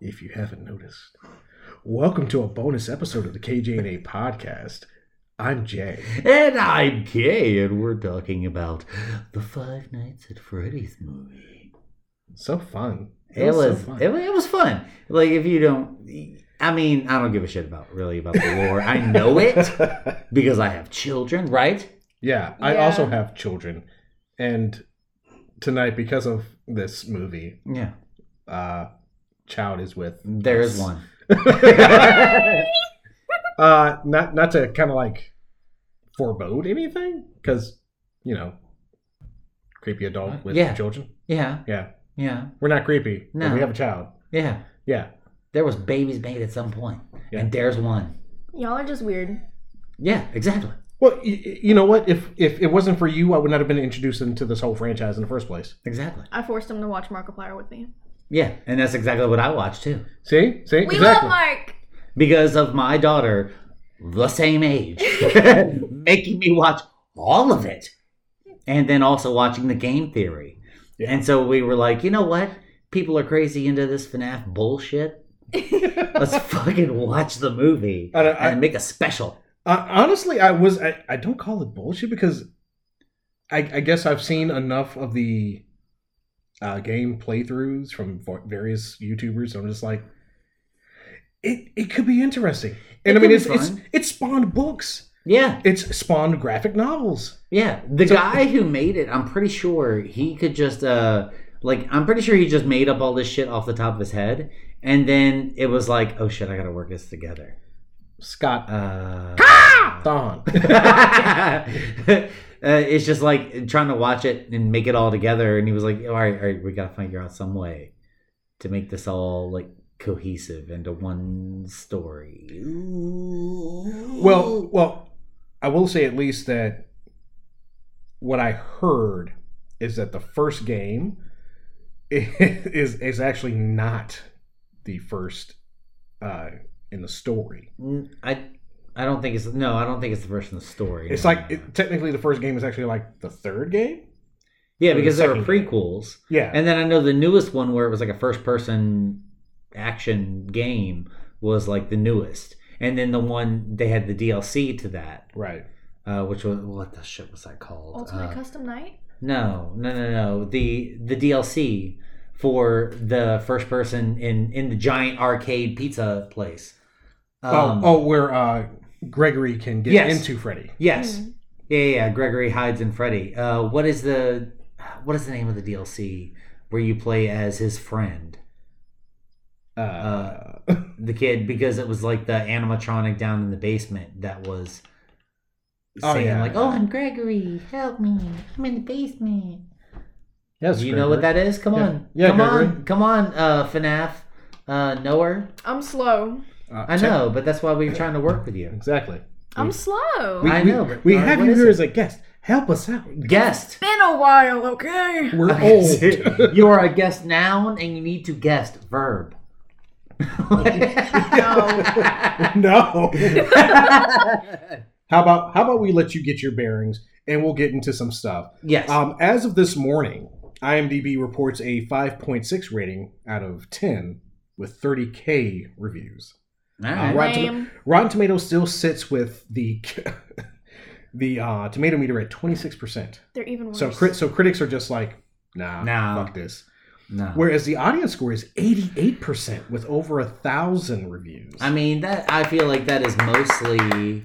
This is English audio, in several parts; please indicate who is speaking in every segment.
Speaker 1: If you haven't noticed, welcome to a bonus episode of the KJ&A podcast. I'm Jay.
Speaker 2: And I'm Kay, and we're talking about the Five Nights at Freddy's movie.
Speaker 1: So fun.
Speaker 2: It was,
Speaker 1: so
Speaker 2: it, wa- it was fun. Like if you don't, I mean, I don't give a shit about really about the lore. I know it because I have children, right?
Speaker 1: yeah, I
Speaker 2: Yeah.
Speaker 1: also have children, and tonight because of this movie,
Speaker 2: Yeah,
Speaker 1: uh, child is with.
Speaker 2: there is one.
Speaker 1: Uh, not not to kind of like forebode anything, because you know, creepy adult with
Speaker 2: Uh, Yeah.
Speaker 1: children.
Speaker 2: Yeah,
Speaker 1: Yeah,
Speaker 2: yeah,
Speaker 1: we're not creepy. but
Speaker 2: No.
Speaker 1: we have a child.
Speaker 2: yeah.
Speaker 1: Yeah,
Speaker 2: There was babies made at some point,
Speaker 1: Yeah.
Speaker 2: and there's one.
Speaker 3: Y'all are just weird.
Speaker 2: Yeah, exactly.
Speaker 1: Well, y- y- you know what? If if it wasn't for you, I would not have been introduced into this whole franchise in the first place.
Speaker 2: Exactly.
Speaker 3: I forced him to watch Markiplier with me.
Speaker 2: Yeah, and that's exactly what I watched too.
Speaker 1: See, see,
Speaker 3: We
Speaker 1: exactly.
Speaker 3: love Mark.
Speaker 2: because of my daughter, the same age, making me watch all of it. And then also watching the game theory.
Speaker 1: Yeah.
Speaker 2: And so we were like, you know what? People are crazy into this FNAF bullshit. Let's fucking watch the movie
Speaker 1: I don't- I-
Speaker 2: and make a special.
Speaker 1: Uh, honestly, I was I, I don't call it bullshit because I, I guess I've seen enough of the uh, game playthroughs from vo- various YouTubers. And I'm just like, it it could be interesting, and
Speaker 2: It
Speaker 1: I mean,
Speaker 2: could be
Speaker 1: it's, it's
Speaker 2: fun.
Speaker 1: it's spawned books,
Speaker 2: Yeah,
Speaker 1: it's spawned graphic novels.
Speaker 2: yeah. The guy who made it, I'm pretty sure he could just, uh, like, I'm pretty sure he just made up all this shit off the top of his head. And then it was like, oh shit, I gotta work this together.
Speaker 1: Scott
Speaker 2: Uh,
Speaker 1: Don.
Speaker 2: uh, it's just like trying to watch it and make it all together. And he was like, all right, all right, we got to figure out some way to make this all like cohesive into one story.
Speaker 1: Well, well, I will say at least that what I heard is that the first game is is actually not the first uh, in the story.
Speaker 2: Mm, I, I don't think it's no, I don't think it's the first in the story.
Speaker 1: It's
Speaker 2: No,
Speaker 1: like
Speaker 2: no, no.
Speaker 1: it, technically the first game is actually like the third game.
Speaker 2: yeah,
Speaker 1: or the
Speaker 2: because there were
Speaker 1: second.
Speaker 2: prequels,
Speaker 1: Yeah,
Speaker 2: and then I know the newest one where it was like a first person action game was like the newest, and then the one they had the DLC to that.
Speaker 1: right.
Speaker 2: uh, which was what the shit was that called?
Speaker 3: Ultimate
Speaker 2: Uh,
Speaker 3: Custom Night.
Speaker 2: no, no, no, no. The the DLC for the first person in in the giant arcade pizza place. Um,
Speaker 1: oh, oh, where uh, Gregory can get
Speaker 2: Yes.
Speaker 1: into Freddy.
Speaker 2: yes, yeah, yeah, yeah. Gregory hides in Freddy. Uh, what is the what is the name of the DLC where you play as his friend?
Speaker 1: Uh,
Speaker 2: the kid because it was like the animatronic down in the basement that was
Speaker 1: Oh,
Speaker 2: saying
Speaker 1: yeah.
Speaker 2: like, "Oh, I'm Gregory, help me! I'm in the basement."
Speaker 1: yes,
Speaker 2: Do you know what that is? Come
Speaker 1: Yeah.
Speaker 2: on,
Speaker 1: Yeah,
Speaker 2: come
Speaker 1: Gregory.
Speaker 2: on, come on, uh, FNAF, uh, Knower.
Speaker 3: I'm slow.
Speaker 1: Uh,
Speaker 2: I
Speaker 1: check-
Speaker 2: know, but that's why we were trying to work with you.
Speaker 1: exactly.
Speaker 3: I'm slow.
Speaker 1: We,
Speaker 2: I
Speaker 1: we-
Speaker 2: know, but-
Speaker 1: we
Speaker 2: all right,
Speaker 1: have
Speaker 2: what
Speaker 1: you
Speaker 2: is
Speaker 1: here
Speaker 2: it?
Speaker 1: as a guest. Help us out.
Speaker 2: Guest.
Speaker 3: Been a while, okay?
Speaker 1: We're old.
Speaker 2: you are a guest noun, and you need to guest verb.
Speaker 1: no. how about how about we let you get your bearings and we'll get into some stuff.
Speaker 2: yes.
Speaker 1: Um, as of this morning, IMDb reports a 5.6 rating out of 10 with 30k reviews.
Speaker 2: All
Speaker 1: Uh,
Speaker 2: right.
Speaker 1: Rotten, Toma-
Speaker 3: Lame.
Speaker 1: Rotten Tomatoes still sits with the the uh, tomato meter at 26%.
Speaker 3: They're even worse.
Speaker 1: So crit so critics are just like, nah,
Speaker 2: Nah.
Speaker 1: fuck this.
Speaker 2: No.
Speaker 1: Whereas the audience score is 88% with over a thousand reviews.
Speaker 2: I mean that. I feel like that is mostly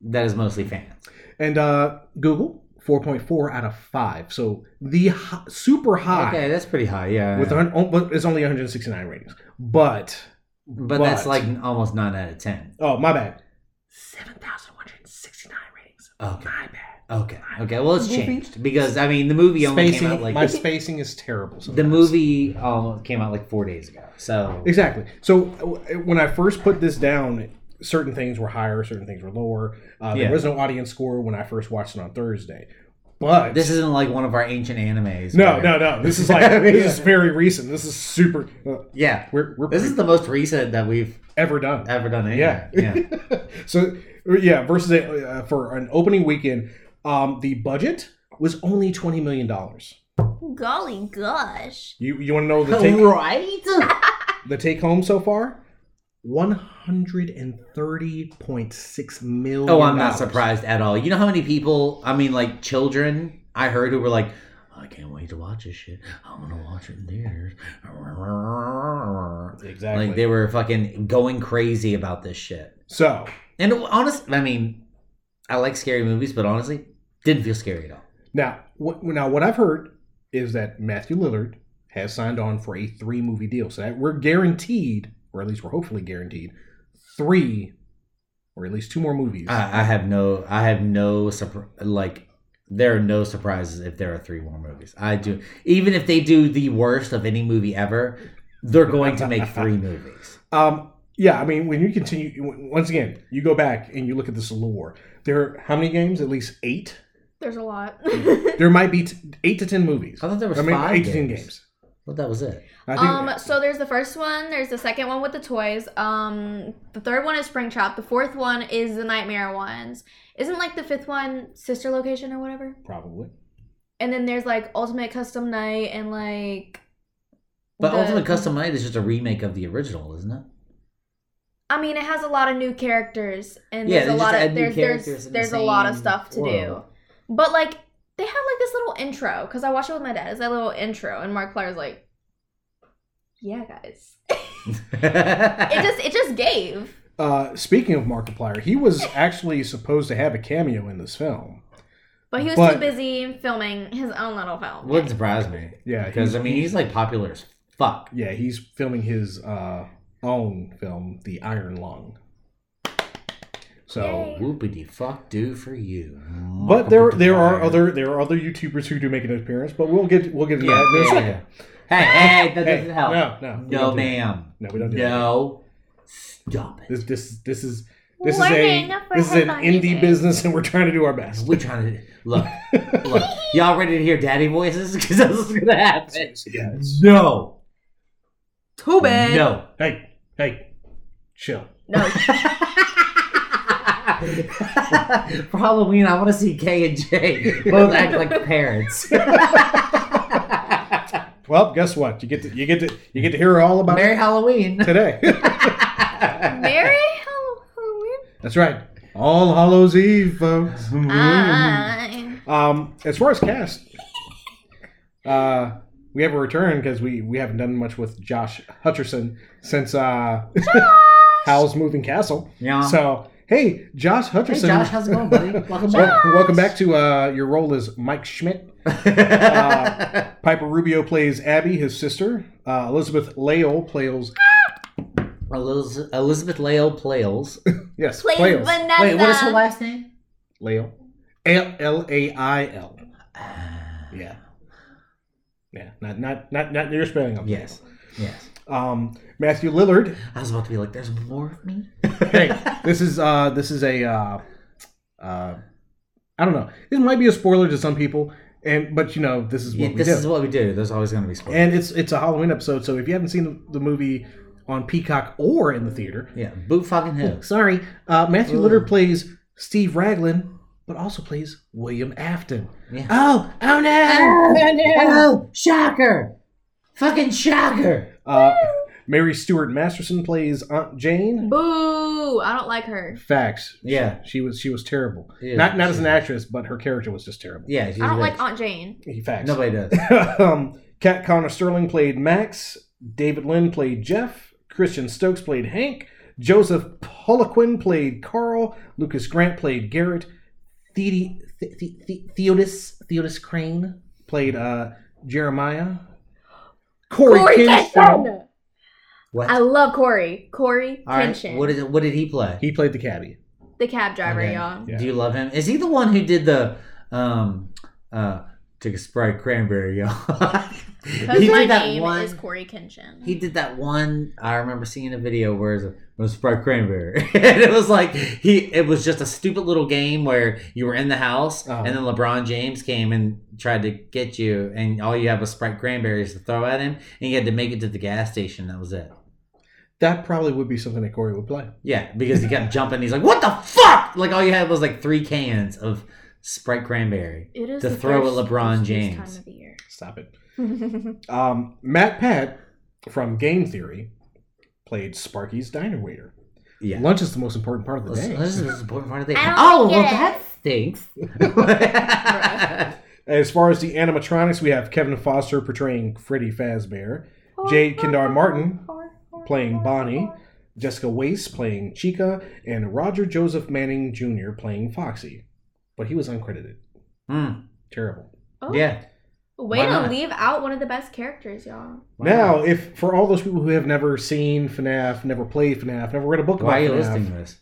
Speaker 2: that is mostly fans.
Speaker 1: And uh, Google, 4.4 out of 5. So the hi- super high
Speaker 2: Okay, that's pretty high. Yeah.
Speaker 1: with a hun- oh, but it's only 169 ratings. But
Speaker 2: But, that's like almost nine out of ten.
Speaker 1: oh my bad. Uh,
Speaker 3: 7,169 ratings.
Speaker 2: Okay.
Speaker 3: My bad.
Speaker 2: Okay. Okay. Well, it's
Speaker 3: Movie?
Speaker 2: changed because I mean the movie only
Speaker 1: Spacing,
Speaker 2: came out like
Speaker 1: my spacing is terrible.
Speaker 2: the
Speaker 1: sometimes.
Speaker 2: movie almost came out like four days ago. So
Speaker 1: Exactly. So w- when I first put this down, certain things were higher, certain things were lower. Uh,
Speaker 2: Yeah.
Speaker 1: There was no audience score when I first watched it on Thursday, but
Speaker 2: this isn't like one of our ancient animes.
Speaker 1: no,
Speaker 2: where-
Speaker 1: no, no. This is like this is very recent. This is super. uh,
Speaker 2: Yeah.
Speaker 1: we're we're
Speaker 2: This is the most recent that we've
Speaker 1: ever done.
Speaker 2: ever done. Anyway.
Speaker 1: Yeah.
Speaker 2: Yeah.
Speaker 1: so yeah, versus a, uh, for an opening weekend, um, the budget was only twenty million dollars.
Speaker 3: Golly gosh.
Speaker 1: You you want to know the take
Speaker 2: right.
Speaker 1: the take home so far? One hundred and thirty point six million.
Speaker 2: Oh, I'm not surprised at all. You know how many people, I mean, like children, I heard who were like, I can't wait to watch this shit. I'm going to watch it in theaters.
Speaker 1: Exactly.
Speaker 2: Like, they were fucking going crazy about this shit.
Speaker 1: so
Speaker 2: And honestly, I mean, I like scary movies, but honestly, didn't feel scary at all.
Speaker 1: now, what, now what I've heard is that Matthew Lillard has signed on for a three movie deal, so that we're guaranteed, or at least we're hopefully guaranteed, three, or at least two more movies.
Speaker 2: I, I have no, I have no, surpr- like, there are no surprises if there are three more movies. I do, even if they do the worst of any movie ever, they're going to make three movies.
Speaker 1: Um, yeah, I mean, when you continue, w- once again, you go back and you look at this lore. There, are how many games? At least eight.
Speaker 3: There's a lot.
Speaker 1: There might be t- eight to ten movies.
Speaker 2: I thought there was
Speaker 1: I mean,
Speaker 2: five
Speaker 1: eight to ten
Speaker 2: games.
Speaker 1: games.
Speaker 2: Well, that was it.
Speaker 1: I think,
Speaker 3: um, so there's the first one, there's the second one with the toys, um, the third one is Spring Trap, the fourth one is the Nightmare ones. Isn't like the fifth one Sister Location or whatever?
Speaker 1: probably.
Speaker 3: And then there's like Ultimate Custom Night and like.
Speaker 2: But
Speaker 3: the-
Speaker 2: Ultimate Custom Night is just a remake of the original, isn't it?
Speaker 3: I mean, it has a lot of new characters, and
Speaker 2: Yeah,
Speaker 3: there's a
Speaker 2: they
Speaker 3: lot
Speaker 2: just
Speaker 3: of
Speaker 2: add new
Speaker 3: there's
Speaker 2: characters
Speaker 3: there's
Speaker 2: in the
Speaker 3: there's a lot of
Speaker 2: same
Speaker 3: stuff to
Speaker 2: world.
Speaker 3: do. But like they have like this little intro because I watched it with my dad. It's that little intro, and Mark Clark's like, "Yeah, guys." It just it just gave.
Speaker 1: Uh, speaking of Markiplier, he was actually supposed to have a cameo in this film.
Speaker 3: But he was
Speaker 1: But-
Speaker 3: too busy filming his own little film.
Speaker 2: wouldn't surprise me.
Speaker 1: Yeah,
Speaker 2: because
Speaker 1: he-
Speaker 2: I mean he's like popular as fuck.
Speaker 1: Yeah, he's filming his uh, own film, The Iron Lung. So,
Speaker 3: Yay.
Speaker 2: Whoopity fuck do for you.
Speaker 1: but there there are
Speaker 2: Markiplier.
Speaker 1: other there are other YouTubers who do make an appearance, but we'll get we'll get to
Speaker 2: Yeah,
Speaker 1: that in a
Speaker 2: yeah,
Speaker 1: second.
Speaker 2: yeah. Hey, hey, that
Speaker 1: Hey,
Speaker 2: doesn't help.
Speaker 1: No, no, we
Speaker 2: no
Speaker 1: don't do
Speaker 2: ma'am.
Speaker 1: that. No, we don't do that.
Speaker 2: No, stop it.
Speaker 1: This this this is this is
Speaker 3: Warning
Speaker 1: a
Speaker 3: for
Speaker 1: this is an
Speaker 3: headline
Speaker 1: indie
Speaker 3: music.
Speaker 1: business, and we're trying to do our best.
Speaker 2: We're trying to look, look. Y'all ready to hear daddy voices? Because that's what's gonna happen.
Speaker 1: Yeah, it's-
Speaker 2: No,
Speaker 3: Too
Speaker 2: no.
Speaker 1: hey, hey, chill.
Speaker 3: No.
Speaker 2: For Halloween, I want to see K and J both act like parents. Merry
Speaker 1: Well, guess what? You get to you get to you get to hear all about it
Speaker 2: Halloween.
Speaker 1: today.
Speaker 3: Merry Halloween.
Speaker 1: That's right. All Hallows Eve, folks.
Speaker 2: Ah. Mm.
Speaker 3: I-
Speaker 1: Um, as far as cast, uh, we have a return because we we haven't done much with Josh Hutcherson since uh, Howl's Moving Castle.
Speaker 2: yeah.
Speaker 1: So hey, Josh
Speaker 2: hey,
Speaker 1: Hutcherson.
Speaker 2: Josh, how's it going, buddy? Welcome
Speaker 1: Wel-
Speaker 2: back.
Speaker 1: welcome back to uh, your role as Mike Schmidt. Uh, Piper Rubio plays Abby, his sister. Uh, Elizabeth Lael plays
Speaker 2: Eliz- Elizabeth Lale Plales.
Speaker 1: yes,
Speaker 3: Please,
Speaker 1: Lael.
Speaker 3: Vanessa.
Speaker 2: Wait, what is her last name?
Speaker 1: Lael. L L A I L.
Speaker 2: Ah,
Speaker 1: Yeah. Yeah, not not not not your spelling of
Speaker 2: yes. Yes.
Speaker 1: Lael. Um, Matthew Lillard.
Speaker 2: I was about to be like, there's more of me?
Speaker 1: hey, this is uh this is a uh, uh I don't know. This might be a spoiler to some people, and but you know this is what
Speaker 2: Yeah,
Speaker 1: we
Speaker 2: this
Speaker 1: do.
Speaker 2: is what we do. There's always going to be spoilers.
Speaker 1: and it's it's a Halloween episode, so if you haven't seen the, the movie on Peacock or in the theater,
Speaker 2: yeah, boot fucking who?
Speaker 1: sorry, uh, Matthew
Speaker 2: Ooh.
Speaker 1: Lillard plays Steve Raglan, but also plays William Afton.
Speaker 2: Yeah.
Speaker 1: Oh, oh
Speaker 2: Oh,
Speaker 1: no!
Speaker 2: oh, shocker! Fucking shocker!
Speaker 1: Uh, Mary Stewart Masterson plays Aunt Jane.
Speaker 3: Boo! I don't like her.
Speaker 1: Facts.
Speaker 2: Yeah.
Speaker 1: She was she was terrible.
Speaker 2: Yeah,
Speaker 1: not not
Speaker 2: she-
Speaker 1: as an actress, but her character was just terrible.
Speaker 2: Yeah, she's
Speaker 3: I don't
Speaker 2: rich.
Speaker 3: like Aunt Jane.
Speaker 1: Facts.
Speaker 2: Nobody does.
Speaker 1: um, Kat Connor Sterling played Max. David Lynn played Jeff. Christian Stokes played Hank. Joseph Poliquin played Carl. Lucas Grant played Garrett. Theodi- the- the- the- Theodis Theodis Crane played uh, Jeremiah. Corey,
Speaker 3: Corey
Speaker 1: Kinshaw
Speaker 3: Kenshaw.
Speaker 2: What?
Speaker 3: I love Corey. Corey
Speaker 2: All right.
Speaker 3: Kenshin.
Speaker 2: What, is it, what did he play?
Speaker 1: He played the cabbie.
Speaker 3: the cab driver,
Speaker 2: Okay.
Speaker 3: y'all.
Speaker 1: Yeah.
Speaker 2: Do you love him? Is he the one who did the um uh took a Sprite cranberry, y'all?
Speaker 3: Because
Speaker 2: he
Speaker 3: my
Speaker 2: did that
Speaker 3: name
Speaker 2: one.
Speaker 3: is Corey Kenshin.
Speaker 2: He did that one. I remember seeing a video where it was, it was Sprite Cranberry, and it was like he. It was just a stupid little game where you were in the house,
Speaker 1: Oh.
Speaker 2: and then LeBron James came and tried to get you, and all you had was Sprite Cranberries to throw at him, and you had to make it to the gas station. That was it.
Speaker 1: That probably would be something that Corey would play.
Speaker 2: Yeah, because he kept jumping. He's like, "What the fuck!" Like all you had was like three cans of Sprite Cranberry.
Speaker 3: it is
Speaker 2: to
Speaker 3: the
Speaker 2: throw at
Speaker 3: first
Speaker 2: LeBron
Speaker 3: Christmas
Speaker 2: James.
Speaker 3: Time of the year.
Speaker 1: Stop it. Um, Matt Pat from Game Theory played Sparky's Diner Waiter.
Speaker 2: Yeah.
Speaker 1: Lunch is the most important part of the
Speaker 2: This
Speaker 1: day.
Speaker 2: this is the important part of the
Speaker 3: I don't
Speaker 2: Oh,
Speaker 3: get
Speaker 2: well,
Speaker 3: it.
Speaker 2: that stinks.
Speaker 1: As far as the animatronics, we have Kevin Foster portraying Freddy Fazbear, Jade Kendar Martin playing Bonnie, Jessica Wace playing Chica, and Roger Joseph Manning Jr. playing Foxy. But he was uncredited.
Speaker 2: Hmm.
Speaker 1: Terrible.
Speaker 3: Oh,
Speaker 2: Yeah.
Speaker 3: Way
Speaker 2: Why
Speaker 3: to
Speaker 2: not?
Speaker 3: leave out one of the best characters, y'all.
Speaker 2: Why
Speaker 1: Now,
Speaker 2: not?
Speaker 1: if for all those people who have never seen FNAF, never played FNAF, never read a book
Speaker 2: why are you
Speaker 1: about FNAF,
Speaker 2: listing this?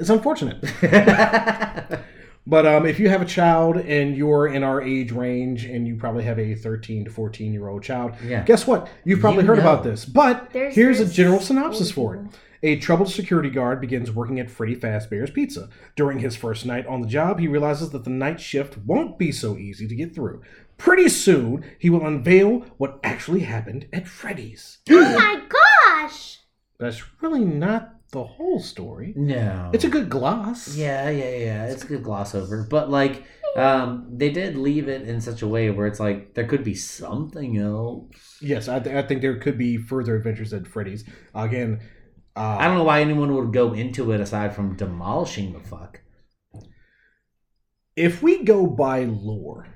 Speaker 1: it's unfortunate. But um, if you have a child and you're in our age range and you probably have a 13 to 14 year old child,
Speaker 2: yeah.
Speaker 1: guess what? You've probably
Speaker 2: You
Speaker 1: heard
Speaker 2: know.
Speaker 1: about this. But
Speaker 3: There's,
Speaker 1: here's
Speaker 3: there's
Speaker 1: a general synopsis for
Speaker 3: older
Speaker 1: it.
Speaker 3: people.
Speaker 1: A troubled security guard begins working at Freddy Fazbear's Pizza. During his first night on the job, he realizes that the night shift won't be so easy to get through. Pretty soon, he will unveil what actually happened at Freddy's.
Speaker 3: Oh my gosh!
Speaker 1: That's really not the whole story.
Speaker 2: No.
Speaker 1: It's a good gloss.
Speaker 2: Yeah, yeah, yeah. It's a good gloss over. But like um they did leave it in such a way where it's like there could be something else.
Speaker 1: Yes, I, th- I think there could be further adventures at Freddy's. Again,
Speaker 2: I
Speaker 1: uh,
Speaker 2: don't know why anyone would go into it aside from demolishing the fuck.
Speaker 1: if we go by lore,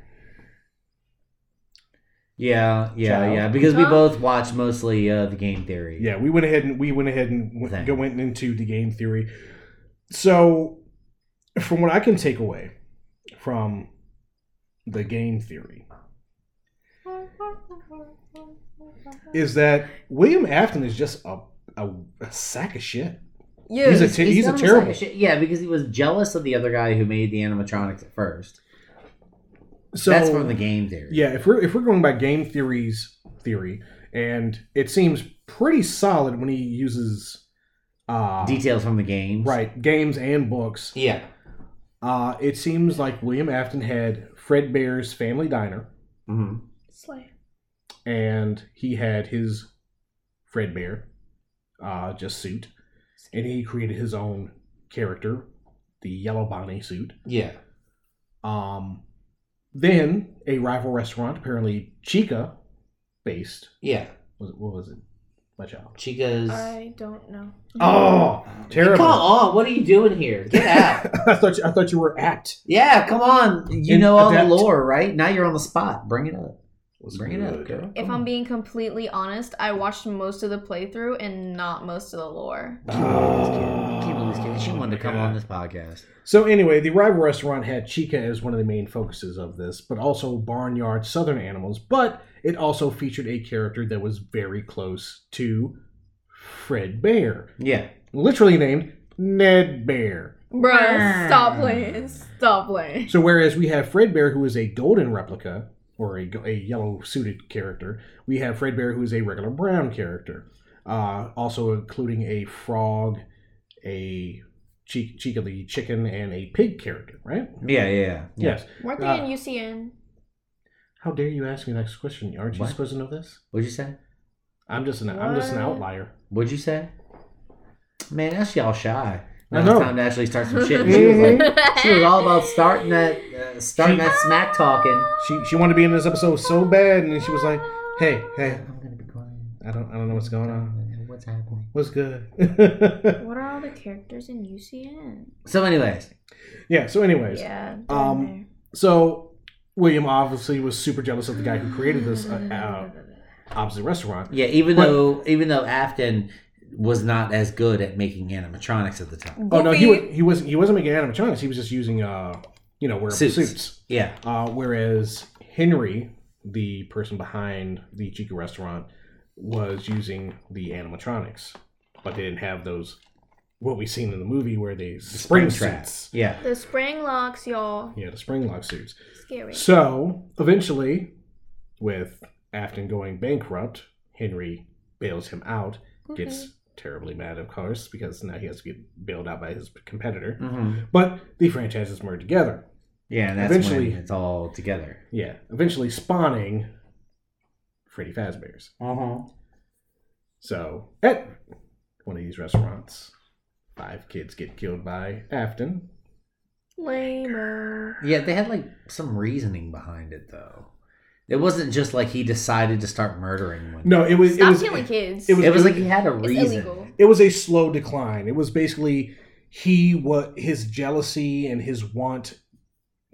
Speaker 2: Yeah, yeah,
Speaker 1: Child.
Speaker 2: yeah. Because we
Speaker 3: Huh?
Speaker 2: both watch mostly uh, the game theory.
Speaker 1: Yeah, we went ahead and we went ahead and
Speaker 2: Thing.
Speaker 1: went, go- went into the game theory. So, from what I can take away from the game theory is that William Afton is just a, a, a sack of shit.
Speaker 3: Yeah,
Speaker 1: He's a
Speaker 3: it's-
Speaker 1: t- he's a
Speaker 2: done
Speaker 1: terrible-
Speaker 2: the same shit. Yeah, because he was jealous of the other guy who made the animatronics at first.
Speaker 1: So
Speaker 2: That's from the game theory.
Speaker 1: yeah, if we're if we're going by game theories theory, and it seems pretty solid when he uses uh,
Speaker 2: Details from the games.
Speaker 1: right games and books.
Speaker 2: Yeah.
Speaker 1: Uh, it seems like William Afton had Fred Bear's Family Diner.
Speaker 2: hmm
Speaker 3: Slay.
Speaker 1: and he had his Fredbear uh, just suit, and he created his own character, the Yellow Bonnie suit.
Speaker 2: Yeah.
Speaker 1: Um, then a rival restaurant, apparently Chica, based
Speaker 2: Yeah.
Speaker 1: was it, what was it? My child.
Speaker 2: Chica's.
Speaker 3: I don't know.
Speaker 1: Oh,
Speaker 2: Come
Speaker 1: terrible!
Speaker 2: on! What are you doing here? Get out!
Speaker 1: I thought you, I thought you were apt.
Speaker 2: yeah, come on! You
Speaker 1: In-
Speaker 2: know all
Speaker 1: adapt.
Speaker 2: the lore, right? Now you're on the spot. Bring it up.
Speaker 1: What's
Speaker 2: Bring it up,
Speaker 1: good?
Speaker 2: girl.
Speaker 3: If
Speaker 2: Come
Speaker 3: I'm
Speaker 2: on.
Speaker 3: being completely honest, I watched most of the playthrough and not most of the lore.
Speaker 2: Can't believe this kid. Can't believe this kid. She wanted
Speaker 1: Oh,
Speaker 2: to come on this podcast.
Speaker 1: So anyway, the rival restaurant had Chica as one of the main focuses of this, but also barnyard southern animals. But it also featured a character that was very close to Fred Bear,
Speaker 2: Yeah.
Speaker 1: literally named Ned Bear.
Speaker 3: Bruh, stop playing. Stop playing.
Speaker 1: So whereas we have Fred Bear, who is a golden replica or a, a yellow suited character, we have Fred Bear, who is a regular brown character. Uh, also including a frog, a Chi- Chica the chicken, and a pig character. Right?
Speaker 2: Yeah. Yeah. Yeah.
Speaker 1: Yes.
Speaker 3: Weren't they
Speaker 1: Uh,
Speaker 3: in UCN?
Speaker 1: How dare you ask me the next question? Aren't you
Speaker 2: What?
Speaker 1: supposed to know this?
Speaker 2: What'd you say?
Speaker 1: I'm just an I'm just an
Speaker 3: What?
Speaker 1: outlier.
Speaker 2: What'd you say? Man, that's y'all shy.
Speaker 1: I
Speaker 2: Now it's
Speaker 1: know.
Speaker 2: time to actually start some shit. She was, like, she was all about starting that, uh, starting
Speaker 1: She-
Speaker 2: that smack talking.
Speaker 1: She she wanted to be in this episode so bad, and then she was like, "Hey, hey,
Speaker 2: I'm gonna be quiet.
Speaker 1: I don't I don't know what's going on.
Speaker 2: What's happening?
Speaker 1: What's good?"
Speaker 3: What are all the characters in UCN?
Speaker 2: So, anyways,
Speaker 1: yeah. So, anyways,
Speaker 3: Yeah. they're
Speaker 1: Um,
Speaker 3: in
Speaker 1: so William obviously was super jealous of the guy who created this uh,
Speaker 3: there.
Speaker 1: uh, opposite restaurant.
Speaker 2: yeah, even
Speaker 1: But-
Speaker 2: though even though Afton was not as good at making animatronics at the time,
Speaker 1: Oh no, he
Speaker 3: Goofy.
Speaker 1: was, he wasn't he wasn't making animatronics. He was just using uh you know wearable
Speaker 2: Suits.
Speaker 1: suits.
Speaker 2: yeah,
Speaker 1: Uh, whereas Henry, the person behind the Chica restaurant, was using the animatronics, but they didn't have those what we seen in the movie where they spring
Speaker 2: traps.
Speaker 1: suits.
Speaker 2: Yeah.
Speaker 3: The spring locks, y'all.
Speaker 1: Yeah, the spring lock suits.
Speaker 3: Scary.
Speaker 1: So eventually, with Afton going bankrupt, Henry bails him out. Gets terribly mad, of course, because now he has to get bailed out by his competitor.
Speaker 2: Mhm.
Speaker 1: But the franchises merge together.
Speaker 2: Yeah, and that's
Speaker 1: Eventually-
Speaker 2: when it's all together.
Speaker 1: Yeah, eventually spawning Freddy Fazbear's.
Speaker 2: Uh-huh.
Speaker 1: So at one of these restaurants, five kids get killed by Afton.
Speaker 3: Lame.
Speaker 2: Yeah, they had like some reasoning behind it though. It wasn't just like he decided to start murdering women.
Speaker 1: No, it was it
Speaker 3: Stop
Speaker 1: was
Speaker 3: killing
Speaker 1: it,
Speaker 3: kids.
Speaker 1: it was-
Speaker 2: it was like he had a
Speaker 3: it's
Speaker 2: reason.
Speaker 3: illegal.
Speaker 1: was a slow decline. It was basically he what his jealousy and his want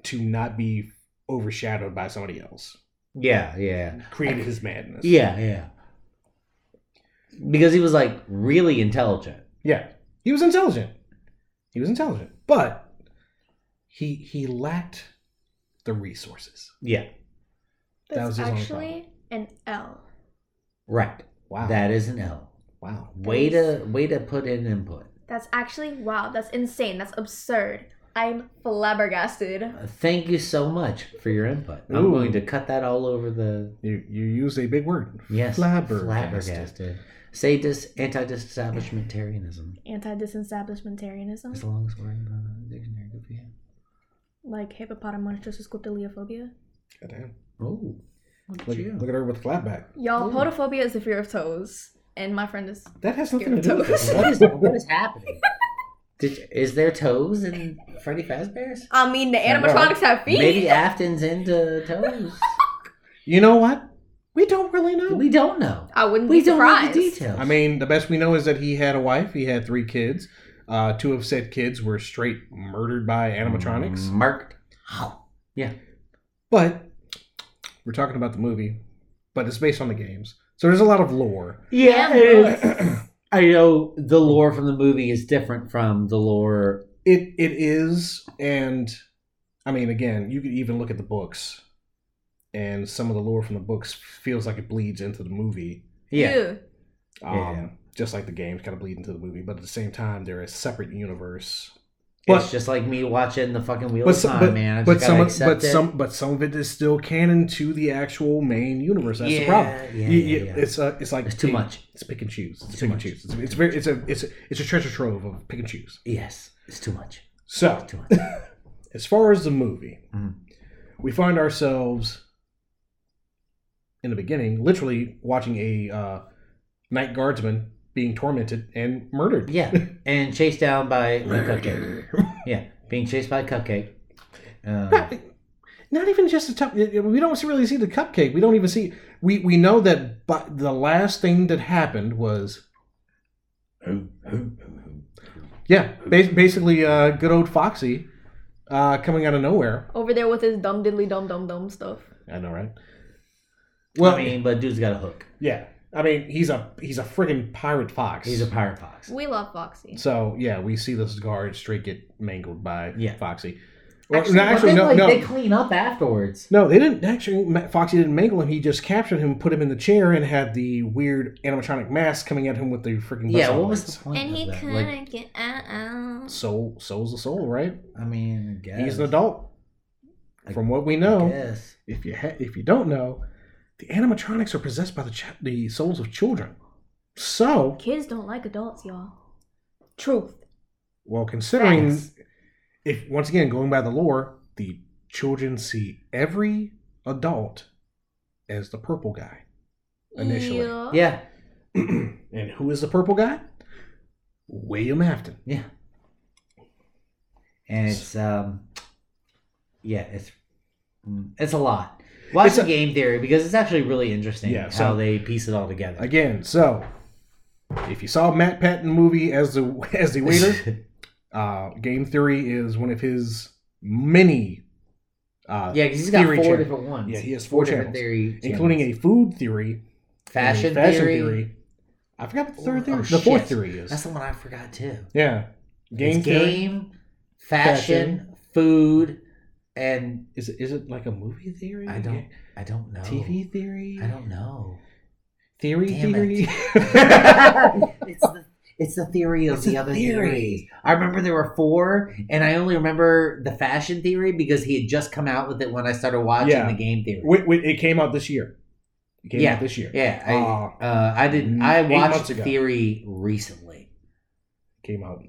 Speaker 1: to not be overshadowed by somebody else
Speaker 2: Yeah, yeah,
Speaker 1: created his madness.
Speaker 2: yeah, yeah. Because he was like really intelligent.
Speaker 1: Yeah. He was intelligent. He was intelligent, but he he lacked the resources.
Speaker 2: Yeah,
Speaker 1: That
Speaker 3: That's
Speaker 1: was his only
Speaker 3: actually an L.
Speaker 2: right.
Speaker 1: Wow.
Speaker 2: That is an L.
Speaker 1: wow.
Speaker 2: Way to way to put in input.
Speaker 3: That's actually wow. That's insane. That's absurd. I'm flabbergasted.
Speaker 2: Thank you so much for your input. I'm
Speaker 1: Ooh.
Speaker 2: going to cut that all over the
Speaker 1: You you used a big word.
Speaker 2: yes
Speaker 1: Flabbergasted.
Speaker 2: flabbergasted. Say dis anti-disestablishmentarianism. As
Speaker 3: Anti-disestablishmentarianism,
Speaker 2: long as we're in the dictionary, good for you.
Speaker 3: like hippopotamonstrous scopileophobia.
Speaker 1: Goddamn.
Speaker 2: Oh, look,
Speaker 1: Look,
Speaker 2: at you.
Speaker 1: look at her with flat back.
Speaker 3: Y'all,
Speaker 2: Ooh.
Speaker 3: podophobia is the fear of toes, and my friend is.
Speaker 1: That has nothing
Speaker 3: Your
Speaker 1: to do with
Speaker 3: toes.
Speaker 1: this.
Speaker 2: what is what is happening? Did, is there toes in Freddy Fazbear's?
Speaker 3: I mean, the
Speaker 1: I know.
Speaker 3: animatronics have feet.
Speaker 2: Maybe Afton's into toes.
Speaker 1: You know what? We don't really know.
Speaker 2: we don't know.
Speaker 3: I wouldn't
Speaker 2: We
Speaker 3: be
Speaker 2: don't know
Speaker 3: surprised.
Speaker 2: the details.
Speaker 1: I mean, the best we know is that he had a wife. He had three kids. Uh, two of said kids were straight murdered by animatronics.
Speaker 2: marked.
Speaker 1: But we're talking about the movie, but it's based on the games. So there's a lot of lore.
Speaker 3: Yeah,
Speaker 2: it is. I know the lore from the movie is different from the lore.
Speaker 1: It it is, and I mean, again, you could even look at the books, and some of the lore from the books feels like it bleeds into the movie.
Speaker 2: Yeah,
Speaker 3: Ew.
Speaker 1: Um,
Speaker 2: Yeah.
Speaker 1: Just like the games kind of bleed into the movie, but at the same time, they're a separate universe.
Speaker 2: it's just like me watching the fucking Wheel
Speaker 1: But
Speaker 2: of
Speaker 1: some-
Speaker 2: Time, man. I just
Speaker 1: but
Speaker 2: gotta
Speaker 1: some,
Speaker 2: accept
Speaker 1: but
Speaker 2: it.
Speaker 1: some, but some of it is still canon to the actual main universe. That's
Speaker 2: yeah,
Speaker 1: the problem.
Speaker 2: Yeah,
Speaker 1: You-
Speaker 2: yeah,
Speaker 1: you-
Speaker 2: yeah.
Speaker 1: It's uh, it's like
Speaker 2: It's too
Speaker 1: it-
Speaker 2: much.
Speaker 1: It's pick and choose. It's,
Speaker 2: Too
Speaker 1: pick
Speaker 2: much.
Speaker 1: and choose. It's, it's very it's a it's a, it's a treasure trove of pick and choose.
Speaker 2: Yes, it's too much.
Speaker 1: So
Speaker 2: Too much.
Speaker 1: as far as the movie,
Speaker 2: Mhm.
Speaker 1: we find ourselves in the beginning, literally watching a uh, night guardsman being tormented and murdered.
Speaker 2: Yeah, and chased down by a cupcake. Yeah, being chased by a cupcake. Uh,
Speaker 1: Not, not even just the top. We don't really see the cupcake. We don't even see. We we know that. But the last thing that happened was. Yeah, ba- basically, uh, good old Foxy, uh, coming out of nowhere.
Speaker 3: Over there with his dumb diddly dum dum dum stuff.
Speaker 1: I know, right?
Speaker 2: well,
Speaker 1: Well,
Speaker 2: I mean, but dude's got a hook.
Speaker 1: yeah. I mean, he's a he's a friggin' pirate fox.
Speaker 2: He's a pirate fox.
Speaker 3: We love Foxy.
Speaker 1: so yeah, we see this guard straight get mangled by
Speaker 2: Yeah.
Speaker 1: Foxy. Or,
Speaker 2: but
Speaker 1: no, actually,
Speaker 2: then,
Speaker 1: no,
Speaker 2: like,
Speaker 1: no,
Speaker 2: They clean up afterwards.
Speaker 1: No, they didn't actually. Ma- Foxy didn't mangle him. He just captured him, put him in the chair, and had the weird animatronic mask coming at him with the freaking
Speaker 2: Yeah,
Speaker 1: buzz
Speaker 2: what was
Speaker 1: blades.
Speaker 2: the point?
Speaker 3: and
Speaker 2: of
Speaker 3: he
Speaker 2: that?
Speaker 3: couldn't
Speaker 2: Like,
Speaker 3: get out.
Speaker 1: soul? Soul's a soul, right?
Speaker 2: I mean, I guess
Speaker 1: He's an adult.
Speaker 2: I-
Speaker 1: From what we
Speaker 2: I
Speaker 1: know,
Speaker 2: guess.
Speaker 1: if you ha- if you don't know, the animatronics are possessed by the ch- the souls of children. So,
Speaker 3: Kids don't like adults, y'all. Truth.
Speaker 1: well, considering
Speaker 2: Facts.
Speaker 1: if once again going by the lore, the children see every adult as the purple guy. Initially.
Speaker 3: Yeah.
Speaker 2: Yeah,
Speaker 1: and who is the purple guy? William Afton.
Speaker 2: yeah. And it's um, yeah, it's mm, it's a lot. Watch
Speaker 1: It's
Speaker 2: the
Speaker 1: a-
Speaker 2: game theory because it's actually really interesting
Speaker 1: Yeah,
Speaker 2: how
Speaker 1: so-
Speaker 2: they piece it all together.
Speaker 1: Again, so if you saw Matt Patton movie as the as the waiter, uh, game theory is one of his many. Uh,
Speaker 2: Yeah, because he's got four
Speaker 1: theory channels,
Speaker 2: different ones.
Speaker 1: Yeah, he has four
Speaker 2: different
Speaker 1: channels,
Speaker 2: theory
Speaker 1: including
Speaker 2: channels.
Speaker 1: a food theory, and a
Speaker 2: fashion, theory.
Speaker 1: I forgot what the third
Speaker 2: Oh,
Speaker 1: theory,
Speaker 2: oh,
Speaker 1: the fourth
Speaker 2: shit.
Speaker 1: theory is.
Speaker 2: That's the one I forgot too.
Speaker 1: yeah, game
Speaker 2: It's
Speaker 1: theory.
Speaker 2: game, fashion, food, and
Speaker 1: Is it is it like a movie theory?
Speaker 2: I don't, I don't know.
Speaker 1: TV theory.
Speaker 2: I don't know.
Speaker 1: Theory,
Speaker 2: Damn
Speaker 1: theory.
Speaker 2: it's the it's the theory of
Speaker 1: It's
Speaker 2: the
Speaker 1: a
Speaker 2: other
Speaker 1: theory.
Speaker 2: theories. I remember there were four, and I only remember the fashion theory because he had just come out with it when I started watching
Speaker 1: Yeah.
Speaker 2: the game theory.
Speaker 1: Wait, wait, it came out this year. It came
Speaker 2: Yeah.
Speaker 1: out this year.
Speaker 2: yeah, I
Speaker 1: Ah.
Speaker 2: uh, I didn't. I
Speaker 1: Eight months
Speaker 2: watched
Speaker 1: ago.
Speaker 2: theory recently,
Speaker 1: Came out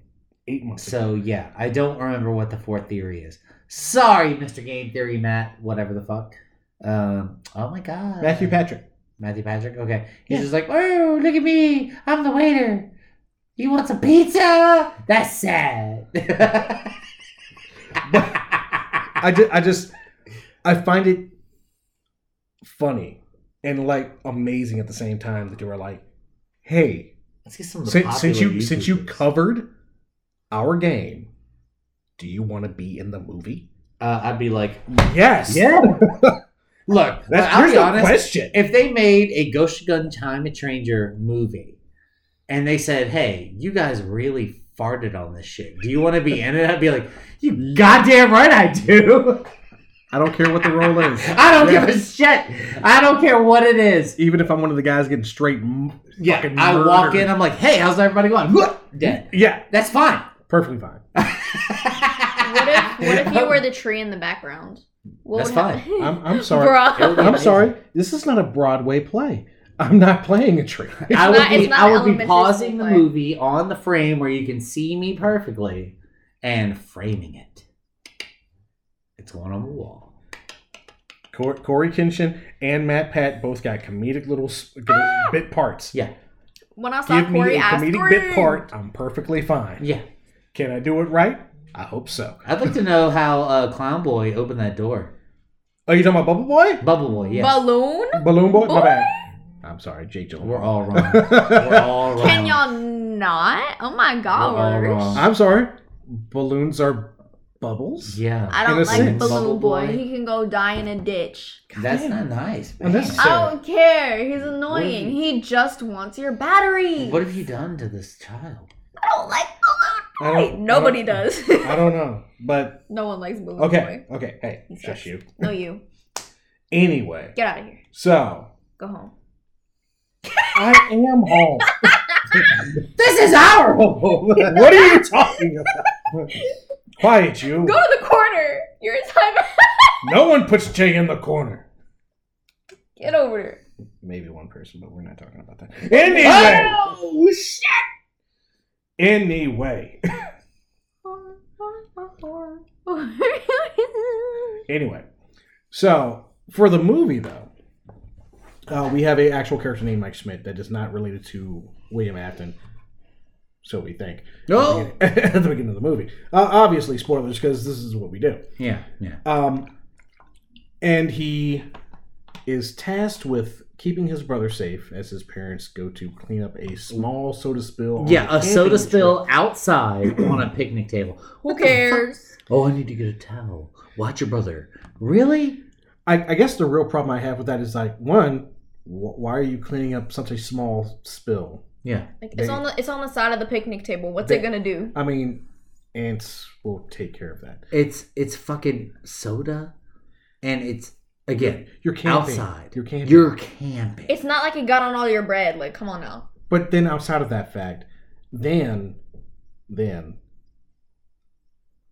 Speaker 1: eight months ago.
Speaker 2: so yeah, I don't remember what the fourth theory is. Sorry, Mister Game Theory, Matt. Whatever the fuck. Um, oh my god,
Speaker 1: Matthew Patrick.
Speaker 2: Matthew Patrick. Okay, he's
Speaker 1: Yeah.
Speaker 2: just like, oh, look at me, I'm the waiter. You want some pizza? That's sad.
Speaker 1: I just, I just, I find it funny and like amazing at the same time that you are like, hey,
Speaker 2: Let's get some of the
Speaker 1: since, since you
Speaker 2: popular
Speaker 1: since you
Speaker 2: YouTubers.
Speaker 1: covered our game, do you want to be in the movie?
Speaker 2: uh, I'd be like,
Speaker 1: Yes.
Speaker 2: yeah. Look,
Speaker 1: That's
Speaker 2: I'll
Speaker 1: here's
Speaker 2: be
Speaker 1: the
Speaker 2: honest.
Speaker 1: question.
Speaker 2: If they made a Ghost Gun Time a Changer movie, and they said, "Hey, you guys really farted on this shit. Do you want to be in it?" I'd be like,
Speaker 1: Mm.
Speaker 2: "You goddamn right, I do.
Speaker 1: I don't care what the role is.
Speaker 2: I don't
Speaker 1: Yeah.
Speaker 2: give a shit. I don't care what it is.
Speaker 1: Even if I'm one of the guys getting straight, m-
Speaker 2: Yeah,
Speaker 1: fucking
Speaker 2: I walk
Speaker 1: murdered.
Speaker 2: in, I'm like, hey, how's everybody going? Dead.
Speaker 1: yeah,
Speaker 2: That's fine.
Speaker 1: perfectly fine.
Speaker 3: What if what if you were the tree in the background? What
Speaker 2: That's
Speaker 3: would happen?
Speaker 1: I'm, I'm sorry.
Speaker 3: Bruh.
Speaker 1: I'm sorry. This is not a Broadway play. I'm not playing a tree.
Speaker 2: I
Speaker 3: not-
Speaker 2: would
Speaker 3: it's
Speaker 2: be,
Speaker 3: not
Speaker 2: I
Speaker 3: an
Speaker 2: would be
Speaker 3: elementary
Speaker 2: pausing
Speaker 3: school
Speaker 2: the
Speaker 3: play.
Speaker 2: movie on the frame where you can see me perfectly and framing it. It's going on the wall.
Speaker 1: Cor- Corey Kinshin and Matt Pat both got comedic little s- little bit parts.
Speaker 2: Yeah,
Speaker 3: When I Ah! saw
Speaker 1: Give me
Speaker 3: Corey
Speaker 1: a
Speaker 3: ask
Speaker 1: comedic bit part. I'm perfectly fine.
Speaker 2: yeah.
Speaker 1: Can I do it right? I hope so.
Speaker 2: I'd like to know how uh, Clown Boy opened that door.
Speaker 1: Are you talking about Bubble Boy?
Speaker 2: Bubble Boy, yes.
Speaker 3: balloon.
Speaker 1: Balloon Boy? My
Speaker 3: Boy?
Speaker 1: bad. I'm sorry, Jake Gyllenhaal.
Speaker 2: We're all wrong. We're all wrong.
Speaker 3: Can y'all not? Oh my
Speaker 2: We're all
Speaker 3: gosh.
Speaker 2: wrong.
Speaker 1: I'm sorry. Balloons are bubbles?
Speaker 2: Yeah.
Speaker 3: I don't like
Speaker 1: Innocent.
Speaker 3: Balloon Boy.
Speaker 2: Boy.
Speaker 3: He can go die in a ditch.
Speaker 2: That's not nice.
Speaker 1: And that's-
Speaker 2: man.
Speaker 3: I
Speaker 1: Sarah.
Speaker 3: don't care. He's
Speaker 2: What if
Speaker 3: annoying.
Speaker 2: you-
Speaker 3: He just wants your battery.
Speaker 2: What have you done to this child?
Speaker 3: I don't like
Speaker 1: I
Speaker 3: Balloon Boy.
Speaker 1: don't-
Speaker 3: Nobody
Speaker 1: I don't-
Speaker 3: does.
Speaker 1: I don't know. But,
Speaker 3: no one likes Balloon
Speaker 1: okay. Okay. Hey,
Speaker 3: Yes.
Speaker 1: shush you.
Speaker 3: Boy. No, you.
Speaker 1: Anyway,
Speaker 3: Get out of here.
Speaker 1: so
Speaker 3: Go home.
Speaker 1: I am home.
Speaker 2: This is our home.
Speaker 1: what are you talking about? Quiet, you.
Speaker 3: Go to the corner. You're in time.
Speaker 1: No one puts Jay in the corner.
Speaker 3: Get over there.
Speaker 1: Maybe one person, but we're not talking about that. Anyway,
Speaker 2: Ah!
Speaker 3: Oh, shit.
Speaker 1: anyway, anyway. So for the movie, though, uh, we have a actual character named Mike Schmidt that is not related to William Afton. So we think.
Speaker 2: No.
Speaker 1: at the beginning of the movie. Uh, obviously, spoilers because this is what we do.
Speaker 2: Yeah, yeah.
Speaker 1: Um, and he is tasked with keeping his brother safe as his parents go to clean up a small soda spill. on
Speaker 2: Yeah, a
Speaker 1: camping
Speaker 2: soda
Speaker 1: trip.
Speaker 2: spill outside on a picnic table.
Speaker 3: Who cares?
Speaker 2: Oh, I need to get a towel. Watch your brother. Really?
Speaker 1: I, I guess the real problem I have with that is like one, wh- why are you cleaning up such a small spill?
Speaker 2: Yeah.
Speaker 3: Like, it's
Speaker 1: They-
Speaker 3: on the it's on the side of the picnic table. What's
Speaker 1: They-
Speaker 3: it gonna do?
Speaker 1: I mean, ants will take care of that.
Speaker 2: It's it's fucking soda, and it's again
Speaker 1: You're camping.
Speaker 2: outside.
Speaker 1: You're camping.
Speaker 2: You're camping.
Speaker 3: It's not like it got on all your bread. Like, come on now.
Speaker 1: But then outside of that fact, then then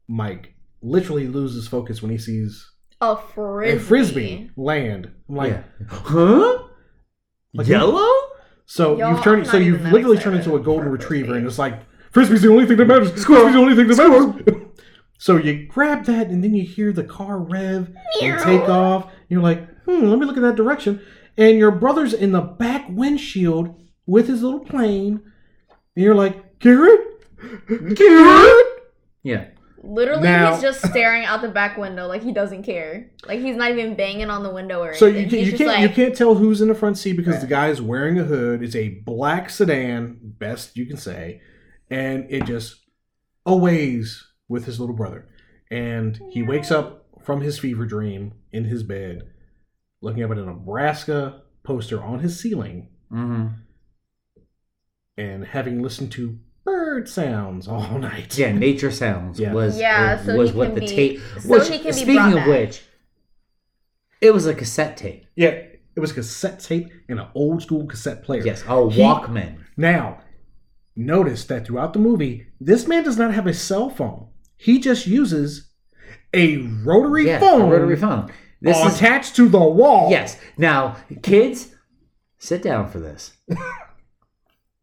Speaker 1: Mike literally loses focus when he sees
Speaker 3: A
Speaker 1: a
Speaker 3: frisbee.
Speaker 1: frisbee land. I'm like,
Speaker 2: yeah. huh?
Speaker 1: Like-
Speaker 2: Yellow?
Speaker 1: so
Speaker 3: Y'all,
Speaker 1: you've turned
Speaker 3: I'm
Speaker 1: so
Speaker 3: not
Speaker 1: you've
Speaker 3: even that
Speaker 1: literally
Speaker 3: excited
Speaker 1: turned into a
Speaker 3: for
Speaker 1: golden
Speaker 3: a
Speaker 1: retriever,
Speaker 3: frisbee.
Speaker 1: and it's like frisbee's the only thing that matters. Frisbee's the only thing that matters. so you grab that, and then you hear the car rev and
Speaker 3: Meow.
Speaker 1: take off. And you're like, hmm, let me look in that direction. And your brother's in the back windshield with his little plane, and you're like, carrot, carrot.
Speaker 2: Yeah.
Speaker 3: Literally,
Speaker 1: Now-
Speaker 3: he's just staring out the back window like he doesn't care. Like he's not even banging on the window or
Speaker 1: So
Speaker 3: anything.
Speaker 1: you can,
Speaker 3: He's
Speaker 1: you
Speaker 3: just
Speaker 1: can't
Speaker 3: like,
Speaker 1: you can't tell who's in the front seat because the guy's wearing a hood. It's a black sedan, best you can say, and it just aways with his little brother. And he wakes up from his fever dream in his bed, looking up at a Nebraska poster on his ceiling,
Speaker 2: Mm-hmm.
Speaker 1: and having listened to bird sounds all night.
Speaker 2: Yeah. Nature sounds
Speaker 1: Yeah.
Speaker 2: was
Speaker 3: Yeah,
Speaker 2: was,
Speaker 3: so
Speaker 2: was
Speaker 3: he
Speaker 2: what
Speaker 3: can
Speaker 2: the
Speaker 3: be-
Speaker 2: tape.
Speaker 3: so
Speaker 2: which,
Speaker 3: he can be
Speaker 2: speaking
Speaker 3: brought
Speaker 2: of
Speaker 3: back.
Speaker 2: which, it was a cassette tape.
Speaker 1: yeah. It was cassette tape and an old school cassette player.
Speaker 2: Yes, oh
Speaker 1: He-
Speaker 2: Walkman.
Speaker 1: Now, notice that throughout the movie, this man does not have a cell phone. He just uses a rotary
Speaker 2: Yeah,
Speaker 1: phone,
Speaker 2: a rotary phone. This is
Speaker 1: attached to the wall.
Speaker 2: yes. Now, kids, sit down for this.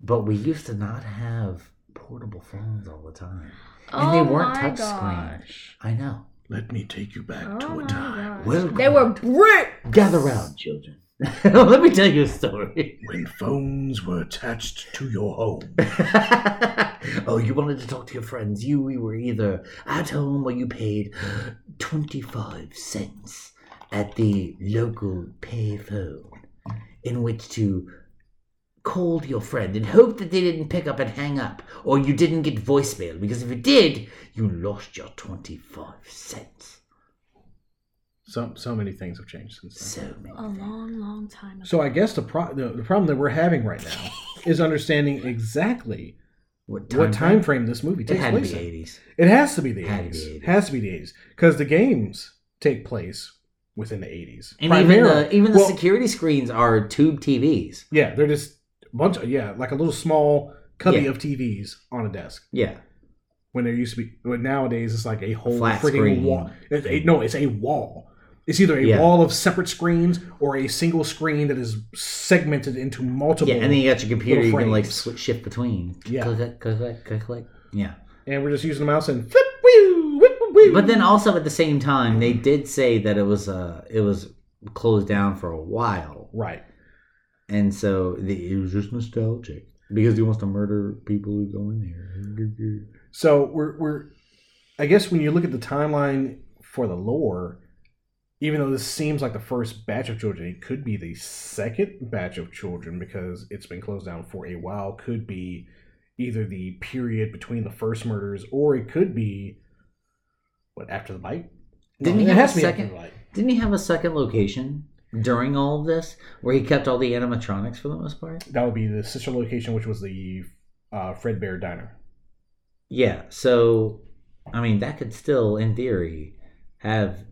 Speaker 2: but we used to not have portable phones all the time.
Speaker 3: "Oh
Speaker 2: And they weren't touch
Speaker 3: gosh.
Speaker 2: I know.
Speaker 1: Let me take you back
Speaker 3: Oh
Speaker 1: to
Speaker 3: my
Speaker 1: a time
Speaker 3: gosh.
Speaker 2: Well,
Speaker 3: They were brick.
Speaker 2: gather round, children. Let me tell you a story.
Speaker 1: when phones were attached to your home.
Speaker 2: oh, you wanted to talk to your friends. You we were either at home or you paid 25 cents at the local payphone in which to call your friend and hope that they didn't pick up and hang up or you didn't get voicemail because if you did, you lost your 25 cents.
Speaker 1: So so many things have changed since
Speaker 2: So
Speaker 1: then.
Speaker 2: many.
Speaker 3: A long, long time ago.
Speaker 1: So I guess the, pro- the the problem that we're having right now is understanding exactly
Speaker 2: What
Speaker 1: what time
Speaker 2: frame?
Speaker 1: frame this movie
Speaker 2: It
Speaker 1: takes
Speaker 2: had to be
Speaker 1: place in.
Speaker 2: 80s.
Speaker 1: It has to be the
Speaker 2: Had to be
Speaker 1: eighties.
Speaker 2: 80s.
Speaker 1: Has to be the eighties because the games take place within the eighties.
Speaker 2: And even the, even the security screens are tube TVs.
Speaker 1: Yeah, they're just a bunch of yeah, like a little small cubby
Speaker 2: Yeah.
Speaker 1: of TVs on a desk.
Speaker 2: Yeah.
Speaker 1: When there used to be, but nowadays it's like a whole
Speaker 2: Flat
Speaker 1: freaking
Speaker 2: screen.
Speaker 1: wall. It's a, no, it's a wall. It's either a
Speaker 2: Yeah.
Speaker 1: wall of separate screens or a single screen that is segmented into multiple.
Speaker 2: Yeah, and then you got your computer you
Speaker 1: little
Speaker 2: can like
Speaker 1: frames.
Speaker 2: switch shift between.
Speaker 1: Yeah.
Speaker 2: Click, click, click, click, click, click. Yeah.
Speaker 1: and we're just using the mouse and flip, woo, whip, woo.
Speaker 2: But then also at the same time they did say that it was uh it was closed down for a while.
Speaker 1: right.
Speaker 2: And so the, it was just nostalgic because he wants to murder people who go in there.
Speaker 1: So we're we're I guess when you look at the timeline for the lore, even though this seems like the first batch of children, it could be the second batch of children because it's been closed down for a while, could be either the period between the first murders or it could be what after the bite?
Speaker 2: Didn't he
Speaker 1: it
Speaker 2: have
Speaker 1: has
Speaker 2: a
Speaker 1: to be after
Speaker 2: second-
Speaker 1: the bite.
Speaker 2: Didn't he have a second location during all of this where he kept all the animatronics for the most part?
Speaker 1: That would be the sister location, which was the uh, Fred Bear Diner.
Speaker 2: Yeah, so I mean that could still in theory have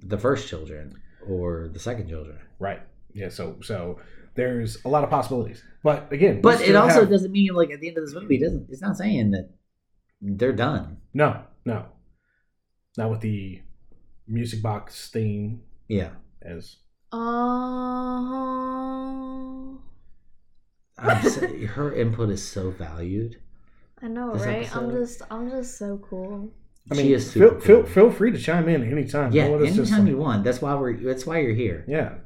Speaker 2: the first children or the second children.
Speaker 1: Right. Yeah, so so there's a lot of possibilities. But again, we
Speaker 2: But it
Speaker 1: still
Speaker 2: also
Speaker 1: have-
Speaker 2: doesn't mean like at the end of this movie, it doesn't it's not saying that they're done.
Speaker 1: No, no. Not with the music box theme
Speaker 2: Yeah.
Speaker 1: as
Speaker 3: Uh-huh. Oh,
Speaker 2: I'm s her input is so valued.
Speaker 3: I know,
Speaker 2: This
Speaker 3: right? I'm
Speaker 2: episode-
Speaker 3: just, I'm just so cool.
Speaker 1: I
Speaker 2: She
Speaker 1: mean
Speaker 2: is
Speaker 1: feel,
Speaker 2: super
Speaker 1: feel
Speaker 2: cool.
Speaker 1: feel free to chime in anytime.
Speaker 2: Yeah,
Speaker 1: Don't let us
Speaker 2: anytime
Speaker 1: just, like-
Speaker 2: you want. That's why we're that's why you're here.
Speaker 1: Yeah.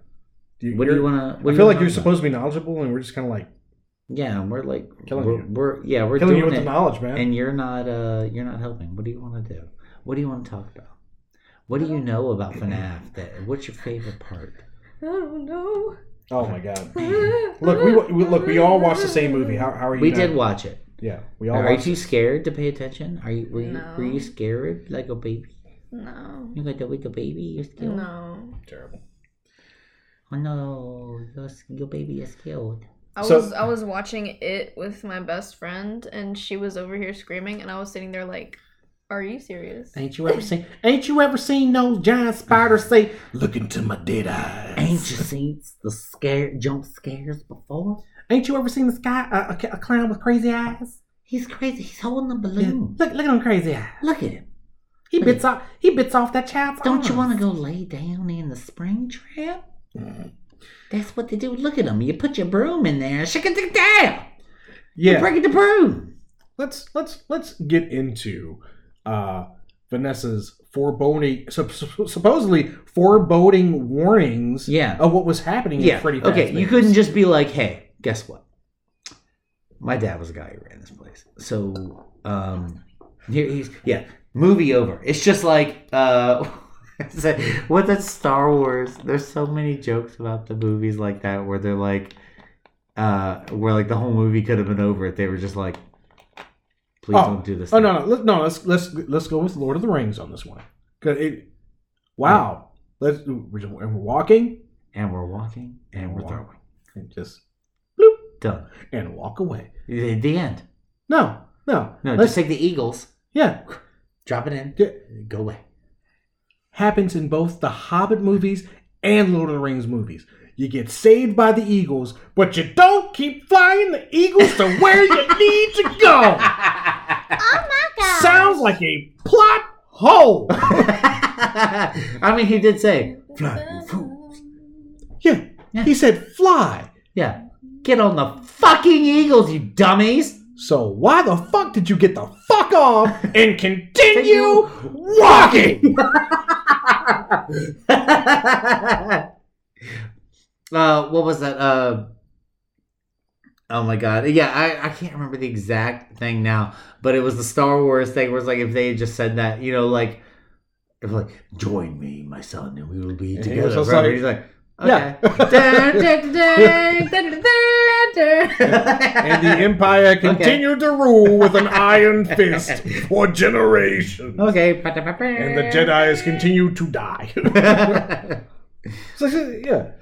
Speaker 1: You-
Speaker 2: What do you
Speaker 1: you're-
Speaker 2: wanna
Speaker 1: I
Speaker 2: what
Speaker 1: feel
Speaker 2: do you
Speaker 1: like
Speaker 2: wanna
Speaker 1: you're
Speaker 2: talk about?
Speaker 1: supposed to be knowledgeable and we're just kinda like
Speaker 2: Yeah, and we're like
Speaker 1: Killing
Speaker 2: we're,
Speaker 1: you.
Speaker 2: we're yeah, we're
Speaker 1: killing you
Speaker 2: doing
Speaker 1: with
Speaker 2: it.
Speaker 1: the knowledge, man.
Speaker 2: and you're not uh you're not helping. What do you want to do? What do you want to talk about? What do you know about FNAF? That what's your favorite part?
Speaker 3: I don't know.
Speaker 1: oh my god. Look, we, wa- we look. We all watched the same movie. How, how are you?
Speaker 2: We
Speaker 1: not-
Speaker 2: did watch it.
Speaker 1: Yeah, we all
Speaker 2: Are
Speaker 1: watched.
Speaker 2: you scared to pay attention? Are you were, you were
Speaker 3: No.
Speaker 2: you scared like a baby?
Speaker 3: No,
Speaker 2: You got to wake a baby. You're scared.
Speaker 3: no.
Speaker 1: Terrible.
Speaker 2: Oh no, your, your baby is killed.
Speaker 3: I
Speaker 1: So-
Speaker 3: was I was watching it with my best friend, and she was over here screaming, and I was sitting there like, "Are you serious?"
Speaker 4: Ain't you ever seen? Ain't you ever seen no giant spider say?
Speaker 1: Look into my dead eyes.
Speaker 2: Ain't you seen the scare jump scares before?
Speaker 4: Ain't you ever seen the sky? A, a, a clown with crazy eyes.
Speaker 2: He's crazy. He's holding a
Speaker 4: Yeah.
Speaker 2: balloon.
Speaker 4: Look, look at him crazy eyes.
Speaker 2: Look at him.
Speaker 4: He bits off. He bits off that child's.
Speaker 2: Don't you want to
Speaker 4: arms.
Speaker 2: go lay down in the spring trap? That's what they do. Look at them. You put your broom in there. Shake it dick down.
Speaker 1: Yeah.
Speaker 2: Break it the broom.
Speaker 1: let's let's let's get into uh Vanessa's foreboding sup- sup- supposedly foreboding warnings
Speaker 2: Yeah.
Speaker 1: of what was happening
Speaker 2: yeah.
Speaker 1: in Freddy
Speaker 2: okay. You
Speaker 1: Fazbear's.
Speaker 2: couldn't just be like, hey, guess what? My dad was a guy who ran this place. So, um, here he's yeah. Movie over. It's just like uh. it's like- What's that Star Wars? There's so many jokes about the movies like that where they're like, uh, where like the whole movie could have been over if they were just like, please
Speaker 1: Oh.
Speaker 2: don't do this.
Speaker 1: Oh no,
Speaker 2: now."
Speaker 1: no, let, no, let's let's let's go with Lord of the Rings on this one. 'Cause it wow. Let's we're, just, we're walking
Speaker 2: And we're walking and we're throwing.
Speaker 1: and just
Speaker 2: Done.
Speaker 1: and walk away.
Speaker 2: The, the end.
Speaker 1: No. No.
Speaker 2: No,
Speaker 1: let's
Speaker 2: just take the Eagles,
Speaker 1: yeah.
Speaker 2: drop it in,
Speaker 1: Yeah.
Speaker 2: go away.
Speaker 1: Happens in both the Hobbit movies and Lord of the Rings movies. You get saved by the eagles, but you don't keep flying the eagles to where you need to go.
Speaker 3: Oh my god.
Speaker 1: Sounds like a plot hole.
Speaker 2: I mean, he did say,
Speaker 1: Fly, Yeah, he said fly.
Speaker 2: yeah, get on the fucking Eagles, you dummies.
Speaker 1: So why the fuck did you get the fuck off and continue walking?
Speaker 2: uh, what was that? Uh, oh my god, yeah, I, I can't remember the exact thing now, but it was the Star Wars thing. Where it's like if they had just said that, you know, like, it was like join me, my son, and we will be
Speaker 1: And he
Speaker 2: together.
Speaker 1: was just
Speaker 2: forever."
Speaker 1: like-
Speaker 2: he's like,
Speaker 1: Yeah.
Speaker 2: okay.
Speaker 1: And the empire continued to rule with an iron fist for generations.
Speaker 2: okay,
Speaker 1: And the Jedi has continued to die.
Speaker 2: Jedi.
Speaker 1: so, yeah.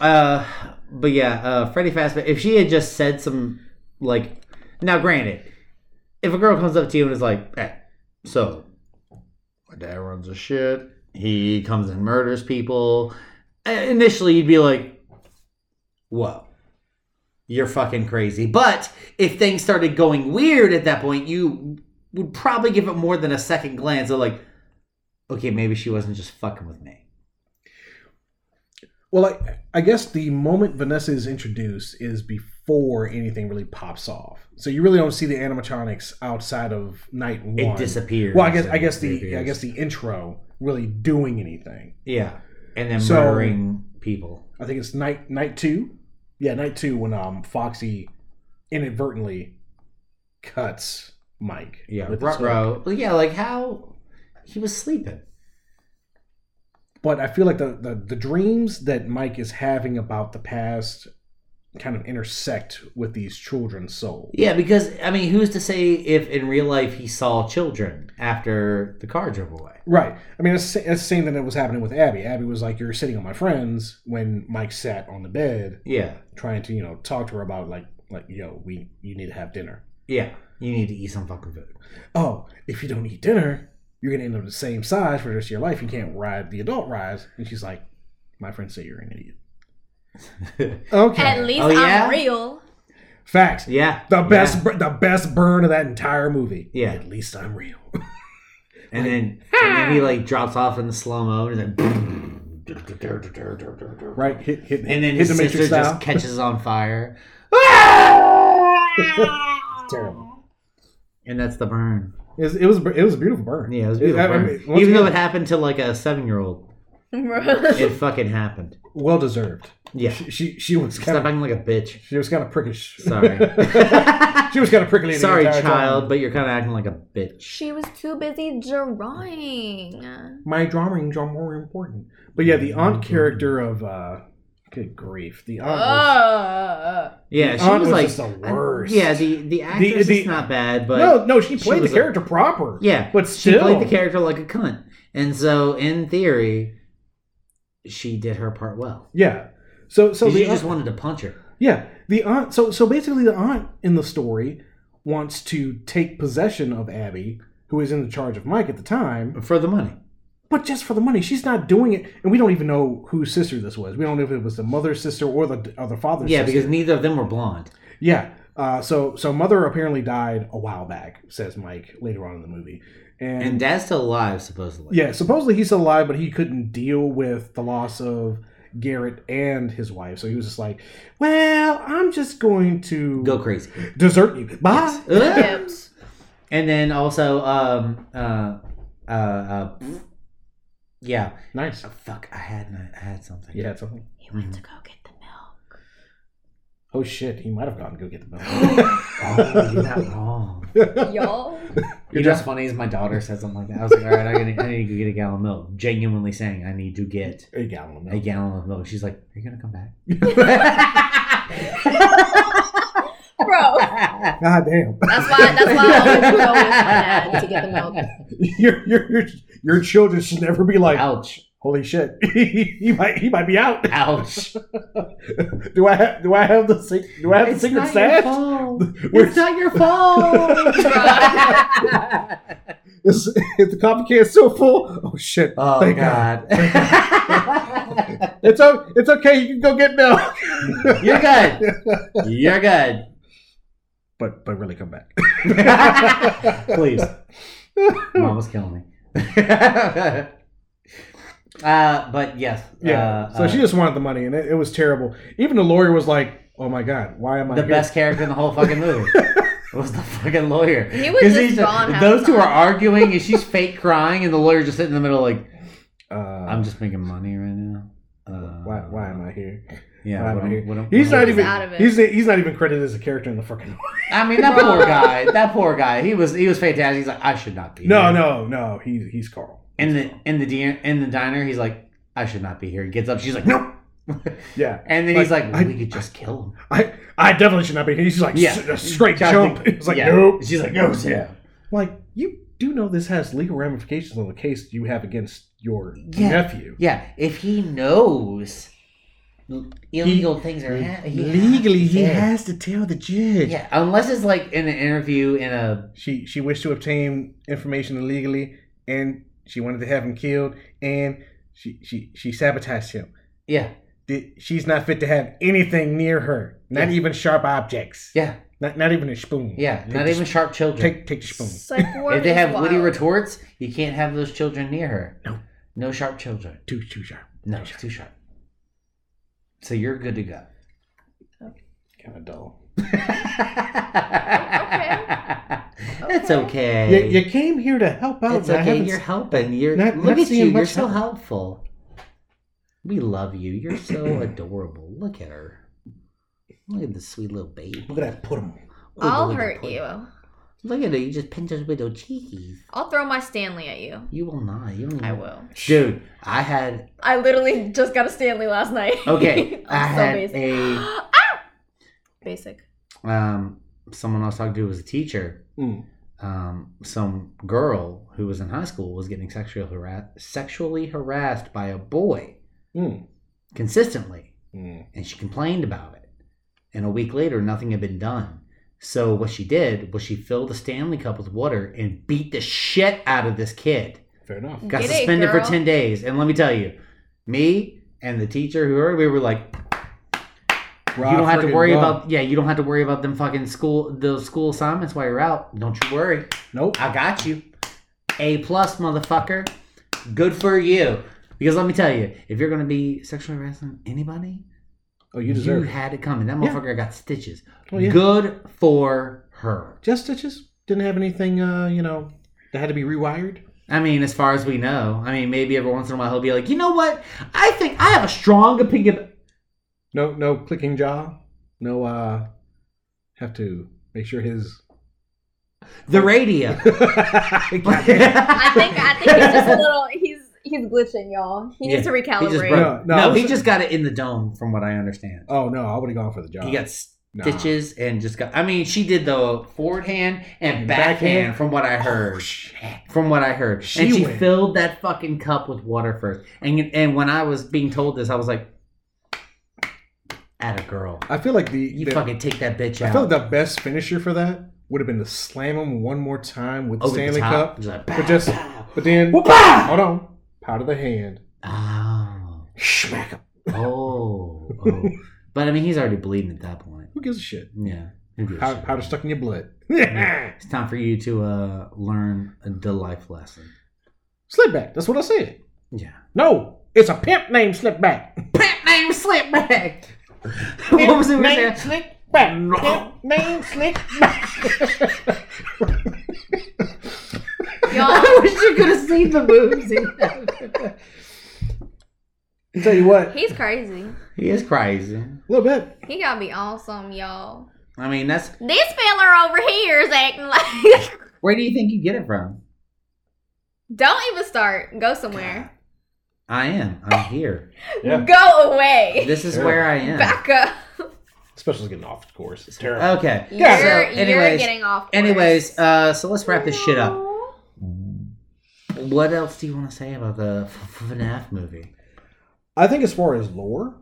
Speaker 2: Uh, but yeah, uh, Freddy Fazbear. If she had just said some like, now granted, if a girl comes up to you and is like, "Hey, so my dad runs a shit. He comes and murders people." uh, Initially, you'd be like, "Whoa." You're fucking crazy. But if things started going weird at that point, you would probably give it more than a second glance of like, okay, maybe she wasn't just fucking with me.
Speaker 1: Well, I, I guess the moment Vanessa is introduced is before anything really pops off. So you really don't see the animatronics outside of night one.
Speaker 2: It disappears.
Speaker 1: Well, I guess I
Speaker 2: and
Speaker 1: guess the
Speaker 2: reappears.
Speaker 1: I guess the intro really doing anything.
Speaker 2: Yeah, and then
Speaker 1: So-
Speaker 2: murdering people.
Speaker 1: I think it's night night two. Yeah, night two when um Foxy inadvertently cuts Mike.
Speaker 2: Yeah,
Speaker 1: with the
Speaker 2: Ruh
Speaker 1: sword.
Speaker 2: Yeah, like how he was sleeping.
Speaker 1: But I feel like the, the the dreams that Mike is having about the past kind of intersect with these children's souls.
Speaker 2: Yeah, because I mean, who's to say if in real life he saw children after the car drove away?
Speaker 1: Right. I mean, it's, it's the same thing that was happening with Abby. Abby was like, "You're sitting on my friends," when Mike sat on the bed
Speaker 2: Yeah,
Speaker 1: trying to, you know, talk to her about like, like, "Yo, we you need to have dinner."
Speaker 2: yeah. You need to eat some fucking food.
Speaker 1: Oh, if you don't eat dinner, you're gonna end up the same size for the rest of your life. You can't ride the adult rise. And she's like, "My friends say you're an idiot." okay.
Speaker 3: At least
Speaker 2: Oh, yeah?
Speaker 3: I'm real.
Speaker 1: Facts.
Speaker 2: Yeah,
Speaker 1: The
Speaker 2: yeah.
Speaker 1: best, bur- the best burn of that entire movie.
Speaker 2: Yeah.
Speaker 1: At least I'm real.
Speaker 2: And then, and then he like drops off in the slow mo, and then
Speaker 1: right. Hit, hit,
Speaker 2: and then
Speaker 1: hit
Speaker 2: his
Speaker 1: the
Speaker 2: sister
Speaker 1: Matrix
Speaker 2: just
Speaker 1: style.
Speaker 2: catches on fire,
Speaker 1: Terrible.
Speaker 2: and that's the burn.
Speaker 1: It was, it was, it was a beautiful burn.
Speaker 2: Yeah, it was a beautiful.
Speaker 1: I- I
Speaker 2: burn.
Speaker 1: mean, once
Speaker 2: Even though it
Speaker 1: again,
Speaker 2: happened to like a seven year old, it fucking happened.
Speaker 1: well deserved.
Speaker 2: Yeah.
Speaker 1: She, she, she was kind
Speaker 2: Stop
Speaker 1: of
Speaker 2: acting like a bitch.
Speaker 1: she was kind of prickish.
Speaker 2: Sorry.
Speaker 1: she was kind of prickly. the
Speaker 2: Sorry,
Speaker 1: entire time.
Speaker 2: child, but you're kind of acting like a bitch.
Speaker 3: She was too busy drawing.
Speaker 1: My drawings are more important. But yeah, the aunt character of uh, good grief, the aunt. was-
Speaker 3: Oh.
Speaker 2: Yeah, she
Speaker 1: aunt
Speaker 2: was
Speaker 1: was
Speaker 2: like
Speaker 1: just the worst.
Speaker 2: yeah, the the actress
Speaker 1: the-
Speaker 2: is not bad, but
Speaker 1: no, no, she
Speaker 2: she
Speaker 1: played
Speaker 2: was
Speaker 1: the
Speaker 2: a-
Speaker 1: character proper.
Speaker 2: yeah,
Speaker 1: but
Speaker 2: she
Speaker 1: still,
Speaker 2: played the character like a cunt, and so in theory, she did her part well.
Speaker 1: Yeah. So, so
Speaker 2: So
Speaker 1: the
Speaker 2: you
Speaker 1: aunt,
Speaker 2: just wanted to punch her.
Speaker 1: yeah, the aunt. So, so basically, the aunt in the story wants to take possession of Abby, who is in the charge of Mike at the time.
Speaker 2: for the money.
Speaker 1: But just for the money, she's not doing it, and we don't even know whose sister this was. We don't know if it was the mother's sister or the or the father's.
Speaker 2: Yeah,
Speaker 1: sister.
Speaker 2: because neither of them were blonde.
Speaker 1: yeah. Uh, so so mother apparently died a while back, says Mike later on in the movie, and,
Speaker 2: And dad's still alive, supposedly.
Speaker 1: yeah, supposedly he's still alive, but he couldn't deal with the loss of Garrett and his wife, so he was just like, "Well, I'm just going to
Speaker 2: Go crazy.
Speaker 1: desert you. Bye."
Speaker 3: Oops.
Speaker 2: And then also, um, uh, uh, uh, yeah.
Speaker 1: Nice.
Speaker 2: Oh, fuck, I had no, I had something.
Speaker 1: Yeah, something.
Speaker 3: He went to go get the milk.
Speaker 1: Oh shit, he might have gone to go get the milk.
Speaker 2: oh, you're not wrong.
Speaker 3: Y'all.
Speaker 2: You know what's funny is my daughter said something like that. I was like, all right, I, gotta, I need to get a gallon of milk. Genuinely saying, I need to get
Speaker 1: a gallon of
Speaker 2: a
Speaker 1: milk.
Speaker 2: gallon of milk. She's like, are you gonna come back?
Speaker 3: Bro.
Speaker 1: God damn.
Speaker 3: That's why that's why I always go with my dad to get the milk.
Speaker 1: your, your your your children should never be like,
Speaker 2: Ouch!
Speaker 1: holy shit, he might he might be out.
Speaker 2: Ouch!
Speaker 1: Do I have do I have the sec- do I have
Speaker 2: It's
Speaker 1: the secret
Speaker 2: not
Speaker 1: stash?
Speaker 2: Your fault.
Speaker 1: Where's-
Speaker 2: It's not your fault.
Speaker 1: Is, is the coffee can still full? Oh shit!
Speaker 2: oh
Speaker 1: Thank
Speaker 2: god!
Speaker 1: It's o- it's okay. You can go get milk.
Speaker 2: You're good. You're good.
Speaker 1: but but really come back.
Speaker 2: Please. Mom was killing me. uh, but yes.
Speaker 1: Yeah.
Speaker 2: uh,
Speaker 1: so
Speaker 2: uh,
Speaker 1: she just wanted the money, and it, it was terrible. Even the lawyer was like, "Oh my god, why am I
Speaker 2: the
Speaker 1: here?"
Speaker 2: best character in the whole fucking movie was the fucking lawyer.
Speaker 3: He was
Speaker 2: 'Cause
Speaker 3: just
Speaker 2: he's-
Speaker 3: gone half
Speaker 2: Those
Speaker 3: the
Speaker 2: two are
Speaker 3: time.
Speaker 2: arguing, and she's fake crying, and the lawyer just sitting in the middle, like,
Speaker 1: Uh,
Speaker 2: I'm just making money right now. Uh,
Speaker 1: why why am I here?
Speaker 2: Yeah,
Speaker 1: why am
Speaker 2: what
Speaker 1: I
Speaker 2: am-
Speaker 1: here?
Speaker 2: what am-
Speaker 1: He's
Speaker 2: what
Speaker 1: not
Speaker 2: am-
Speaker 3: He's
Speaker 1: even
Speaker 3: out of it.
Speaker 1: he's he's not even credited as a character in the fucking.
Speaker 2: I mean, that poor guy. That poor guy. He was he was fantastic. He's like, I should not be.
Speaker 1: No
Speaker 2: here.
Speaker 1: no no. He's he's Carl.
Speaker 2: In the in the diner, in the diner, he's like, I should not be here. He gets up. She's like, Nope.
Speaker 1: Yeah,
Speaker 2: And then he's
Speaker 1: Like,
Speaker 2: like, well,
Speaker 1: I-
Speaker 2: We could just kill him.
Speaker 1: I I definitely should not be. here. He's like
Speaker 2: Yeah.
Speaker 1: "S- a straight
Speaker 2: Kinda
Speaker 1: jump.
Speaker 2: think-
Speaker 1: It's like
Speaker 2: yeah.
Speaker 1: nope.
Speaker 2: She's like, No, yeah.
Speaker 1: Like you do know this has legal ramifications on the case you have against your
Speaker 2: Yeah.
Speaker 1: nephew.
Speaker 2: Yeah, if he knows illegal things are ha- he yeah.
Speaker 1: to tell the judge.
Speaker 2: Yeah, unless it's like in an interview in a
Speaker 1: She she wished to obtain information illegally, and she wanted to have him killed, and she she she sabotaged him.
Speaker 2: yeah
Speaker 1: Th- She's not fit to have anything near her, not
Speaker 2: Yeah.
Speaker 1: even sharp objects,
Speaker 2: yeah
Speaker 1: not not even a spoon.
Speaker 2: yeah
Speaker 1: Take
Speaker 2: not
Speaker 1: the
Speaker 2: even
Speaker 1: sp-
Speaker 2: sharp children.
Speaker 1: take take the spoon.
Speaker 3: Psych ward
Speaker 2: if they
Speaker 3: is
Speaker 2: have witty
Speaker 3: wild.
Speaker 2: retorts, you can't have those children near her.
Speaker 1: No.
Speaker 2: no sharp children.
Speaker 1: Too too sharp.
Speaker 2: No, it's too sharp. So you're good to go.
Speaker 1: Kind of dull.
Speaker 2: It's okay.
Speaker 1: You, you came here to help out.
Speaker 2: It's
Speaker 1: and I
Speaker 2: okay.
Speaker 1: haven't-
Speaker 2: You're helping. You're
Speaker 1: Oh, not-
Speaker 2: look
Speaker 1: not
Speaker 2: at
Speaker 1: seeing
Speaker 2: you. You're
Speaker 1: much
Speaker 2: so
Speaker 1: help.
Speaker 2: helpful. We love you. You're so adorable. Look at her. Look at this sweet little baby.
Speaker 1: Look at that put him.
Speaker 2: Look at
Speaker 3: I'll
Speaker 2: the little
Speaker 3: hurt
Speaker 2: put-
Speaker 3: you.
Speaker 2: Look at her. You just pinched her with those cheekies.
Speaker 3: I'll throw my Stanley at you.
Speaker 2: You will not. You don't
Speaker 3: I
Speaker 2: even-
Speaker 3: will.
Speaker 2: Dude, I had
Speaker 3: I literally just got a Stanley last night.
Speaker 2: okay.
Speaker 3: I'm
Speaker 2: I
Speaker 3: so
Speaker 2: had
Speaker 3: basic.
Speaker 2: a
Speaker 3: Ah! Basic.
Speaker 2: um someone I was talking to was a teacher.
Speaker 1: Mm.
Speaker 2: Um, some girl who was in high school was getting sexually harassed sexually harassed by a boy
Speaker 1: Mm.
Speaker 2: consistently.
Speaker 1: Mm.
Speaker 2: and she complained about it. And a week later, nothing had been done. So what she did was she filled a Stanley cup with water and beat the shit out of this kid.
Speaker 1: Fair enough.
Speaker 2: Got
Speaker 3: Get it,
Speaker 2: suspended for
Speaker 3: girl.
Speaker 2: ten days. And let me tell you, me and the teacher who heard we were like, you don't have to worry about yeah, you don't have to worry about them fucking school the school assignments while you're out. Don't you worry,
Speaker 1: Nope.
Speaker 2: I got you. A plus, motherfucker. Good for you. Because let me tell you, if you're gonna be sexually harassing anybody,
Speaker 1: Oh,
Speaker 2: you,
Speaker 1: you deserve. it.
Speaker 2: had it coming. That
Speaker 1: Yeah.
Speaker 2: motherfucker got stitches.
Speaker 1: Oh, yeah.
Speaker 2: Good for her.
Speaker 1: Just stitches. Didn't have anything. Uh, you know, that had to be rewired.
Speaker 2: I mean, as far as we know, I mean, maybe every once in a while he'll be like, you know what? I think I have a strong opinion.
Speaker 1: No, no clicking jaw. No. Uh, have to make sure his.
Speaker 2: The radio.
Speaker 1: no,
Speaker 3: I think I think he's just a little he's he's glitching, y'all. He needs to
Speaker 2: He just
Speaker 3: recalibrate.
Speaker 2: broke-
Speaker 1: No, no,
Speaker 2: no,
Speaker 1: I'm
Speaker 2: he
Speaker 1: s-
Speaker 2: just got it in the dome, from what I understand.
Speaker 1: oh no! I would have gone for the jaw.
Speaker 2: He got
Speaker 1: Nah.
Speaker 2: stitches and just got. I mean, she did the forward hand and backhand,
Speaker 1: Backhand.
Speaker 2: from what I heard.
Speaker 1: Oh, shit.
Speaker 2: from what I heard.
Speaker 1: She
Speaker 2: and she
Speaker 1: went.
Speaker 2: filled that fucking cup with water first. And and when I was being told this, I was like, "At a girl,
Speaker 1: I feel like the,
Speaker 2: you
Speaker 1: the
Speaker 2: fucking take that bitch out."
Speaker 1: I feel like the best finisher for that would have been to slam him one more time with the
Speaker 2: Over
Speaker 1: Stanley
Speaker 2: the top.
Speaker 1: Cup.
Speaker 2: Just like,
Speaker 1: But just, but then,
Speaker 2: Whoop-ah!
Speaker 1: hold on, power to the hand,
Speaker 2: Oh,
Speaker 1: smack him.
Speaker 2: oh, oh. but I mean, he's already bleeding at that point.
Speaker 1: Who gives a shit?
Speaker 2: Yeah, Who gives a
Speaker 1: Pow-
Speaker 2: shit?
Speaker 1: Powder stuck in your blood.
Speaker 2: It's time for you to uh, learn the life lesson.
Speaker 1: Slipback. That's what I said.
Speaker 2: Yeah.
Speaker 1: No, it's a pimp named Slipback.
Speaker 2: Pimp name Slipback. what was it? we
Speaker 1: Name
Speaker 2: said?
Speaker 1: Slipback. Pimp named Slickback.
Speaker 3: Y'all
Speaker 2: I wish you could have seen the moves. he had.
Speaker 1: Tell you what,
Speaker 3: he's crazy.
Speaker 2: He is crazy.
Speaker 1: a little bit.
Speaker 3: He got me awesome, y'all.
Speaker 2: I mean, that's
Speaker 3: This fella over here is acting like
Speaker 2: where do you think you get it from?
Speaker 3: Don't even start. Go somewhere.
Speaker 2: I am. I'm here.
Speaker 1: Yeah.
Speaker 3: Go away.
Speaker 2: This is
Speaker 1: Sure.
Speaker 2: where I am.
Speaker 3: Back up.
Speaker 1: Especially getting off the course. It's terrible.
Speaker 2: Okay.
Speaker 3: You're,
Speaker 2: So,
Speaker 3: you're
Speaker 2: anyways-
Speaker 3: getting off. course.
Speaker 2: Anyways, uh, so let's wrap this shit up.
Speaker 3: No.
Speaker 2: What else do you want to say about the f- f- FNAF movie?
Speaker 1: I think as far as lore,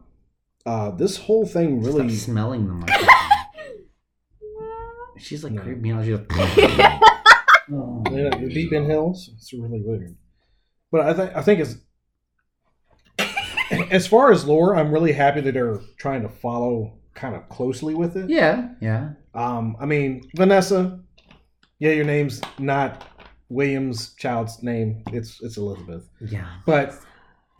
Speaker 1: uh, this whole thing
Speaker 2: Stop
Speaker 1: really.
Speaker 2: smelling them. Like She's like
Speaker 1: No.
Speaker 2: creeped me out. She's like, oh.
Speaker 1: Yeah, the deep inhales. It's really weird. But I think I think it's as far as lore, I'm really happy that they're trying to follow kind of closely with it.
Speaker 2: Yeah, yeah.
Speaker 1: Um, I mean, Vanessa, yeah, your name's not William's child's name. It's it's Elizabeth.
Speaker 2: Yeah.
Speaker 1: But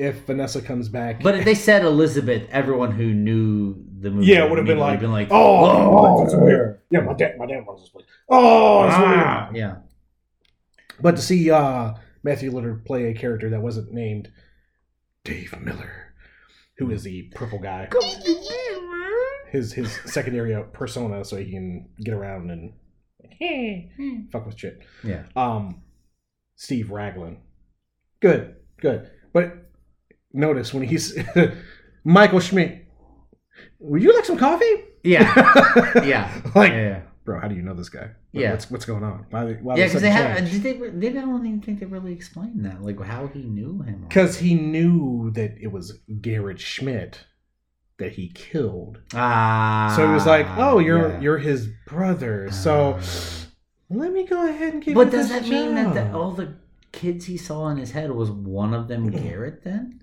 Speaker 1: if Vanessa comes back,
Speaker 2: But if they said Elizabeth, everyone who knew the movie
Speaker 1: Yeah, it would've been
Speaker 2: immediately
Speaker 1: like,
Speaker 2: been like,
Speaker 1: oh,
Speaker 2: whoa."
Speaker 1: that's weird. Yeah, my dad, my dad runs this place. Oh, that's weird.
Speaker 2: Ah, yeah.
Speaker 1: But to see uh, Matthew Lillard play a character that wasn't named Dave Miller, who is the purple guy, his his secondary persona, so he can get around and fuck with shit.
Speaker 2: Yeah.
Speaker 1: Um, Steve Raglan, good, good. But notice when he's Michael Schmidt. Would you like some coffee?
Speaker 2: Yeah. Yeah.
Speaker 1: yeah.
Speaker 2: Yeah.
Speaker 1: Like,
Speaker 2: Yeah.
Speaker 1: bro, how do you know this guy?
Speaker 2: Yeah.
Speaker 1: What's what's going on? Why? Why?
Speaker 2: Yeah,
Speaker 1: the
Speaker 2: because
Speaker 1: sudden
Speaker 2: they have.
Speaker 1: change?
Speaker 2: Did they? They don't even think they really explained that, like how he knew him.
Speaker 1: Because he knew that it was Garrett Schmidt that he killed.
Speaker 2: Ah.
Speaker 1: so it was like, oh, you're
Speaker 2: yeah. Ah.
Speaker 1: you're his brother. so let me go ahead and give.
Speaker 2: But
Speaker 1: you
Speaker 2: does
Speaker 1: this
Speaker 2: that mean that the,
Speaker 1: job."
Speaker 2: all the kids he saw in his head was one of them Garrett? Then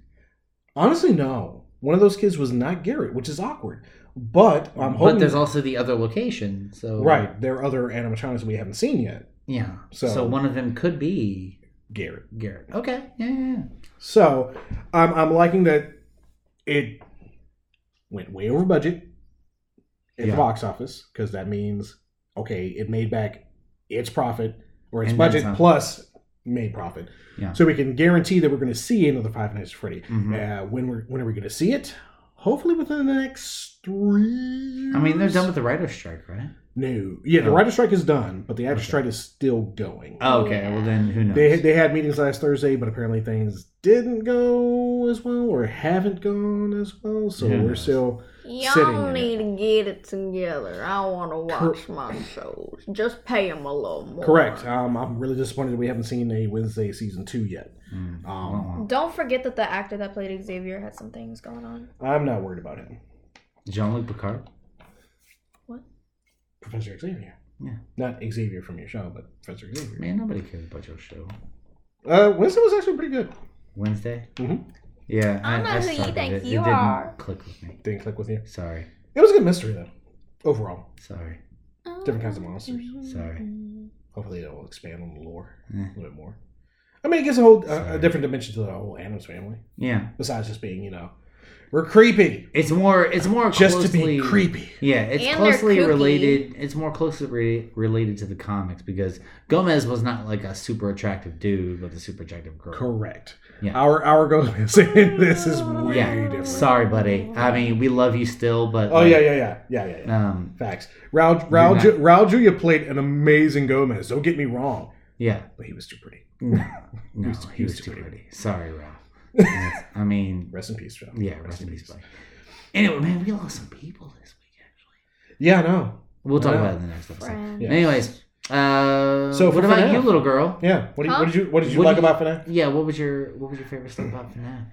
Speaker 1: Honestly, no. One of those kids was not Garrett, which is awkward. But I'm hoping.
Speaker 2: but there's also the other location. So
Speaker 1: right. There are other animatronics we haven't seen yet.
Speaker 2: Yeah.
Speaker 1: So-
Speaker 2: So, one of them could be
Speaker 1: Garrett.
Speaker 2: Garrett. Okay. Yeah. yeah, yeah.
Speaker 1: So I'm I'm liking that it went way over budget at
Speaker 2: Yeah.
Speaker 1: the box office because that means okay, it made back its profit or its
Speaker 2: And then
Speaker 1: budget
Speaker 2: some.
Speaker 1: plus made profit.
Speaker 2: Yeah.
Speaker 1: So we can guarantee that we're going to see another Five Nights at Freddy.
Speaker 2: Mhm.
Speaker 1: Uh, when we're when are we going to see it? Hopefully within the next three. Years.
Speaker 2: I mean, they're done with the writer's strike, right?
Speaker 1: No, yeah, the
Speaker 2: Oh.
Speaker 1: writer strike is done, but the actor
Speaker 2: Okay.
Speaker 1: strike is still going.
Speaker 2: Oh, okay. Well, then who knows?
Speaker 1: They they had meetings last Thursday, but apparently things didn't go as well or haven't gone as well. So
Speaker 2: Who
Speaker 1: we're
Speaker 2: knows?
Speaker 1: still
Speaker 3: Y'all
Speaker 1: Sitting in
Speaker 3: need to get it together. I want to
Speaker 1: Cor-
Speaker 3: watch my shows. Just pay them a little more.
Speaker 1: correct. Um, I'm really disappointed we haven't seen a Wednesday season two yet.
Speaker 2: Mm.
Speaker 1: Um,
Speaker 3: Don't forget that the actor that played Xavier had some things going on.
Speaker 1: I'm not worried about him,
Speaker 2: Jean Luc Picard.
Speaker 1: Professor Xavier.
Speaker 2: Yeah.
Speaker 1: Not Xavier from your show, but Professor Xavier.
Speaker 2: Man, nobody cares about your show.
Speaker 1: Uh, Wednesday was actually pretty good.
Speaker 2: Wednesday.
Speaker 1: Mhm.
Speaker 2: Yeah.
Speaker 3: I'm not who you
Speaker 2: started
Speaker 3: think
Speaker 2: it.
Speaker 3: you
Speaker 2: it
Speaker 3: are.
Speaker 2: Didn't click with me.
Speaker 1: Didn't click with you.
Speaker 2: Sorry.
Speaker 1: It was a good mystery though. Overall,
Speaker 2: Sorry.
Speaker 1: different kinds of monsters.
Speaker 2: Sorry.
Speaker 3: Mm-hmm.
Speaker 1: Hopefully, it'll expand on the lore
Speaker 2: Eh.
Speaker 1: a little bit more. I mean, it gives a whole uh, a
Speaker 2: Sorry.
Speaker 1: different dimension to the whole Adams family.
Speaker 2: Yeah.
Speaker 1: Besides just being, you know, we're creepy.
Speaker 2: It's more. It's more
Speaker 1: just to
Speaker 2: closely,
Speaker 1: be creepy.
Speaker 2: Yeah, it's
Speaker 3: And they're
Speaker 2: closely
Speaker 3: kooky.
Speaker 2: related. It's more closely re- related to the comics because Gomez was not like a super attractive dude, but a super attractive girl.
Speaker 1: Correct.
Speaker 2: Yeah.
Speaker 1: Our our goal is this is way
Speaker 2: Yeah.
Speaker 1: different.
Speaker 2: Sorry, buddy. I mean, we love you still, but
Speaker 1: Oh yeah, yeah, yeah, yeah, yeah. yeah.
Speaker 2: um,
Speaker 1: Facts. Raul Raul, Ju- Raul Julia played an amazing Gomez. Don't get me wrong,
Speaker 2: yeah.
Speaker 1: but he was too pretty.
Speaker 2: No,
Speaker 1: He
Speaker 2: no,
Speaker 1: was-
Speaker 2: he was too pretty. Sorry, Ralph. I mean,
Speaker 1: Rest in peace, Raul.
Speaker 2: yeah, rest in peace, buddy. Anyway, man, we lost some people this week. Actually,
Speaker 1: Yeah, no.
Speaker 2: we'll talk
Speaker 1: Wow.
Speaker 2: about it in the next episode.
Speaker 3: Friend.
Speaker 1: Yeah.
Speaker 2: Anyways,
Speaker 1: So,
Speaker 2: uh, so
Speaker 1: for
Speaker 2: what about
Speaker 1: FNAF?
Speaker 2: you, little girl?
Speaker 1: Yeah. What, do you, what did you What did you
Speaker 2: What
Speaker 1: like
Speaker 2: do you-
Speaker 1: about Fanac?
Speaker 2: Yeah, what was your what was your favorite stuff about FNAF?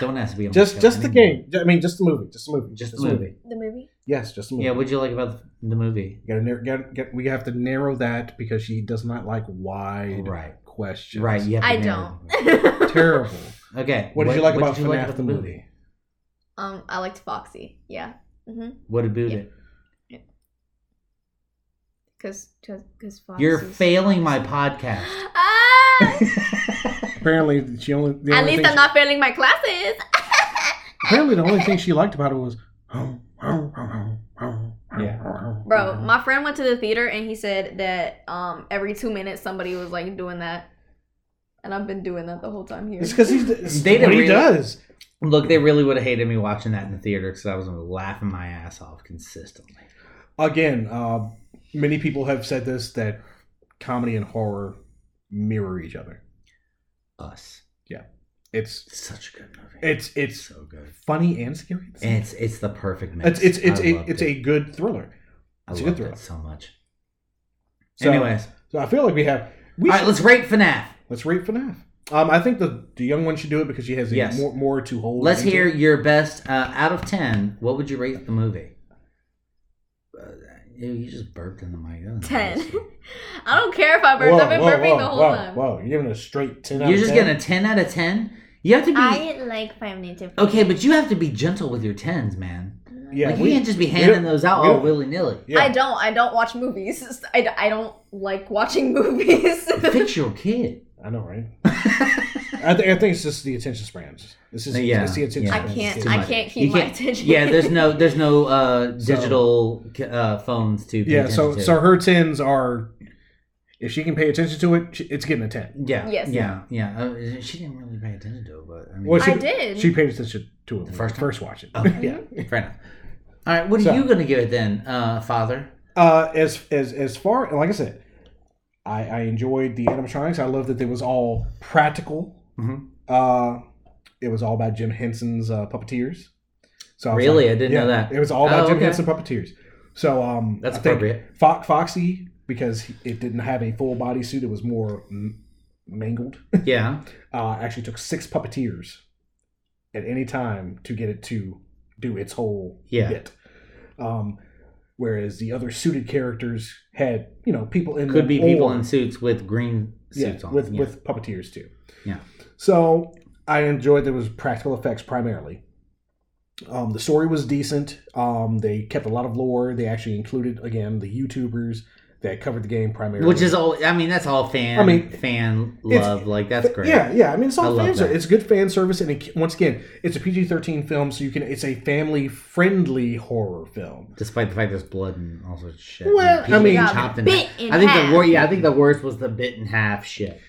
Speaker 2: Don't ask me. on
Speaker 1: Just
Speaker 2: show.
Speaker 1: just the game. I mean, just the movie. Just the movie.
Speaker 2: Just the movie.
Speaker 3: The movie?
Speaker 1: Yes, just the movie.
Speaker 2: Yeah, what'd you like about the movie?
Speaker 1: Gotta narrow- gotta- get- we have to narrow that because she does not like wide
Speaker 2: Right.
Speaker 1: questions.
Speaker 2: Right, you have to
Speaker 3: I
Speaker 2: narrow
Speaker 3: don't.
Speaker 2: it.
Speaker 1: Terrible.
Speaker 2: Okay.
Speaker 1: What did you like about FNAF
Speaker 2: did you like
Speaker 1: the movie?
Speaker 3: um, I liked Foxy. Yeah. Mm-hmm.
Speaker 2: What about
Speaker 3: Yeah.
Speaker 2: it?
Speaker 3: Because because Foxy.
Speaker 2: You're failing my podcast.
Speaker 3: Ah!
Speaker 1: Apparently, she only. the
Speaker 3: At
Speaker 1: only
Speaker 3: least
Speaker 1: thing
Speaker 3: I'm
Speaker 1: she-
Speaker 3: not failing my classes.
Speaker 1: Apparently, the only thing she liked about it was. Yeah.
Speaker 3: Bro, my friend went to the theater and he said that um every two minutes somebody was like doing that, and I've been doing that the whole time here.
Speaker 1: It's because he's. It's
Speaker 2: They
Speaker 1: what
Speaker 2: didn't
Speaker 1: he
Speaker 2: really-
Speaker 1: does.
Speaker 2: Look, they really would have hated me watching that in the theater because I was laughing my ass off consistently.
Speaker 1: Again, uh, many people have said this that comedy and horror mirror each other.
Speaker 2: Us.
Speaker 1: It's
Speaker 2: Such a good movie.
Speaker 1: it's it's
Speaker 2: so good.
Speaker 1: funny and scary. at the same
Speaker 2: And it's it's the perfect
Speaker 1: time.
Speaker 2: mix.
Speaker 1: It's it's it's
Speaker 2: I
Speaker 1: a,
Speaker 2: loved
Speaker 1: it's
Speaker 2: it.
Speaker 1: a good thriller.
Speaker 2: I
Speaker 1: it's a good
Speaker 2: loved
Speaker 1: thriller.
Speaker 2: it so much.
Speaker 1: So,
Speaker 2: Anyways,
Speaker 1: so I feel like we have. We
Speaker 2: all right,
Speaker 1: should-
Speaker 2: let's rate FNAF.
Speaker 1: let's rate FNAF. Um, I think the the young one should do it because she has a,
Speaker 2: Yes.
Speaker 1: more more to hold.
Speaker 2: Let's
Speaker 1: into.
Speaker 2: hear your best uh, out of ten. What would you rate the movie? Uh, Ew, you just burped in the mic. That was
Speaker 3: Ten.
Speaker 2: embarrassing.
Speaker 3: I don't care if I burped. I've been burping the whole
Speaker 1: whoa,
Speaker 3: time.
Speaker 1: Whoa, you're giving a straight ten. out
Speaker 2: You're
Speaker 1: of
Speaker 2: just
Speaker 1: 10?
Speaker 2: getting a ten out of ten. You have to be
Speaker 3: I like five minutes. of-
Speaker 2: okay, but you have to be gentle with your tens, man.
Speaker 1: Yeah,
Speaker 2: like
Speaker 1: we-
Speaker 2: you can't just be handing
Speaker 1: don't-
Speaker 2: those out
Speaker 1: we
Speaker 2: all
Speaker 1: don't-
Speaker 2: willy nilly.
Speaker 1: Yeah.
Speaker 3: I don't. I don't watch movies. I, d- I don't like watching movies.
Speaker 2: Fix your kid.
Speaker 1: I know, right? I, th- I think it's just the attention spans. This is
Speaker 2: Yeah,
Speaker 1: it's the attention.
Speaker 2: yeah.
Speaker 3: I
Speaker 1: spans.
Speaker 3: can't.
Speaker 1: It's
Speaker 2: too
Speaker 3: I
Speaker 2: much.
Speaker 3: can't
Speaker 2: You
Speaker 3: keep my
Speaker 2: can't-
Speaker 3: attention.
Speaker 2: Yeah, there's no there's no uh,
Speaker 1: So-
Speaker 2: digital uh, phones to pay
Speaker 1: Yeah. So
Speaker 2: attention to.
Speaker 1: so her tens are, if she can pay attention to it, she- it's getting a ten.
Speaker 2: yeah
Speaker 3: Yes.
Speaker 2: yeah yeah. Uh, she didn't really pay attention to it, but I mean,
Speaker 1: Well,
Speaker 3: I did.
Speaker 1: She paid attention to it
Speaker 2: The
Speaker 1: when first
Speaker 2: first time?
Speaker 1: first watch it.
Speaker 2: Okay.
Speaker 1: yeah.
Speaker 2: Oh, fair enough. All right, what are
Speaker 1: So-
Speaker 2: you gonna give it then, uh, Father?
Speaker 1: Uh, as as as far like I said, I I enjoyed the animatronics. I love that it was all practical.
Speaker 2: Mhm.
Speaker 1: Uh, it was all about Jim Henson's uh, puppeteers. So was
Speaker 2: Really? I didn't know that.
Speaker 1: It was all about
Speaker 2: Oh,
Speaker 1: Jim
Speaker 2: okay.
Speaker 1: Henson puppeteers. So um,
Speaker 2: That's
Speaker 1: I think
Speaker 2: appropriate.
Speaker 1: Fo- Foxy because he- it didn't have a full body suit. It was more m- mangled.
Speaker 2: Yeah,
Speaker 1: Uh, actually, took six puppeteers at any time to get it to do its whole
Speaker 2: Yeah.
Speaker 1: bit. Um, whereas the other suited characters had you know people in
Speaker 2: could
Speaker 1: them
Speaker 2: be people
Speaker 1: or-
Speaker 2: in suits with green suits
Speaker 1: yeah,
Speaker 2: on
Speaker 1: with
Speaker 2: yeah.
Speaker 1: with puppeteers too.
Speaker 2: Yeah.
Speaker 1: So I enjoyed that it was practical effects primarily. Um, the story was decent. Um, they kept a lot of lore. They actually included again the YouTubers that covered the game primarily,
Speaker 2: which is all. I mean, that's all fan.
Speaker 1: I mean,
Speaker 2: fan
Speaker 1: it's-
Speaker 2: love. Like that's great.
Speaker 1: Yeah, yeah. I mean, it's
Speaker 2: I
Speaker 1: all
Speaker 2: love
Speaker 1: fan service.
Speaker 2: that.
Speaker 1: It's good fan service, and it, once again, it's a PG thirteen film, so you can. It's a family friendly horror film.
Speaker 2: Despite the fact there's blood and all sorts of shit.
Speaker 1: Well,
Speaker 2: people
Speaker 1: I mean-
Speaker 2: get chopped in
Speaker 3: Bit
Speaker 2: half.
Speaker 3: in
Speaker 2: I think
Speaker 3: half.
Speaker 2: the wor- yeah, I think the worst was the bit in half shit,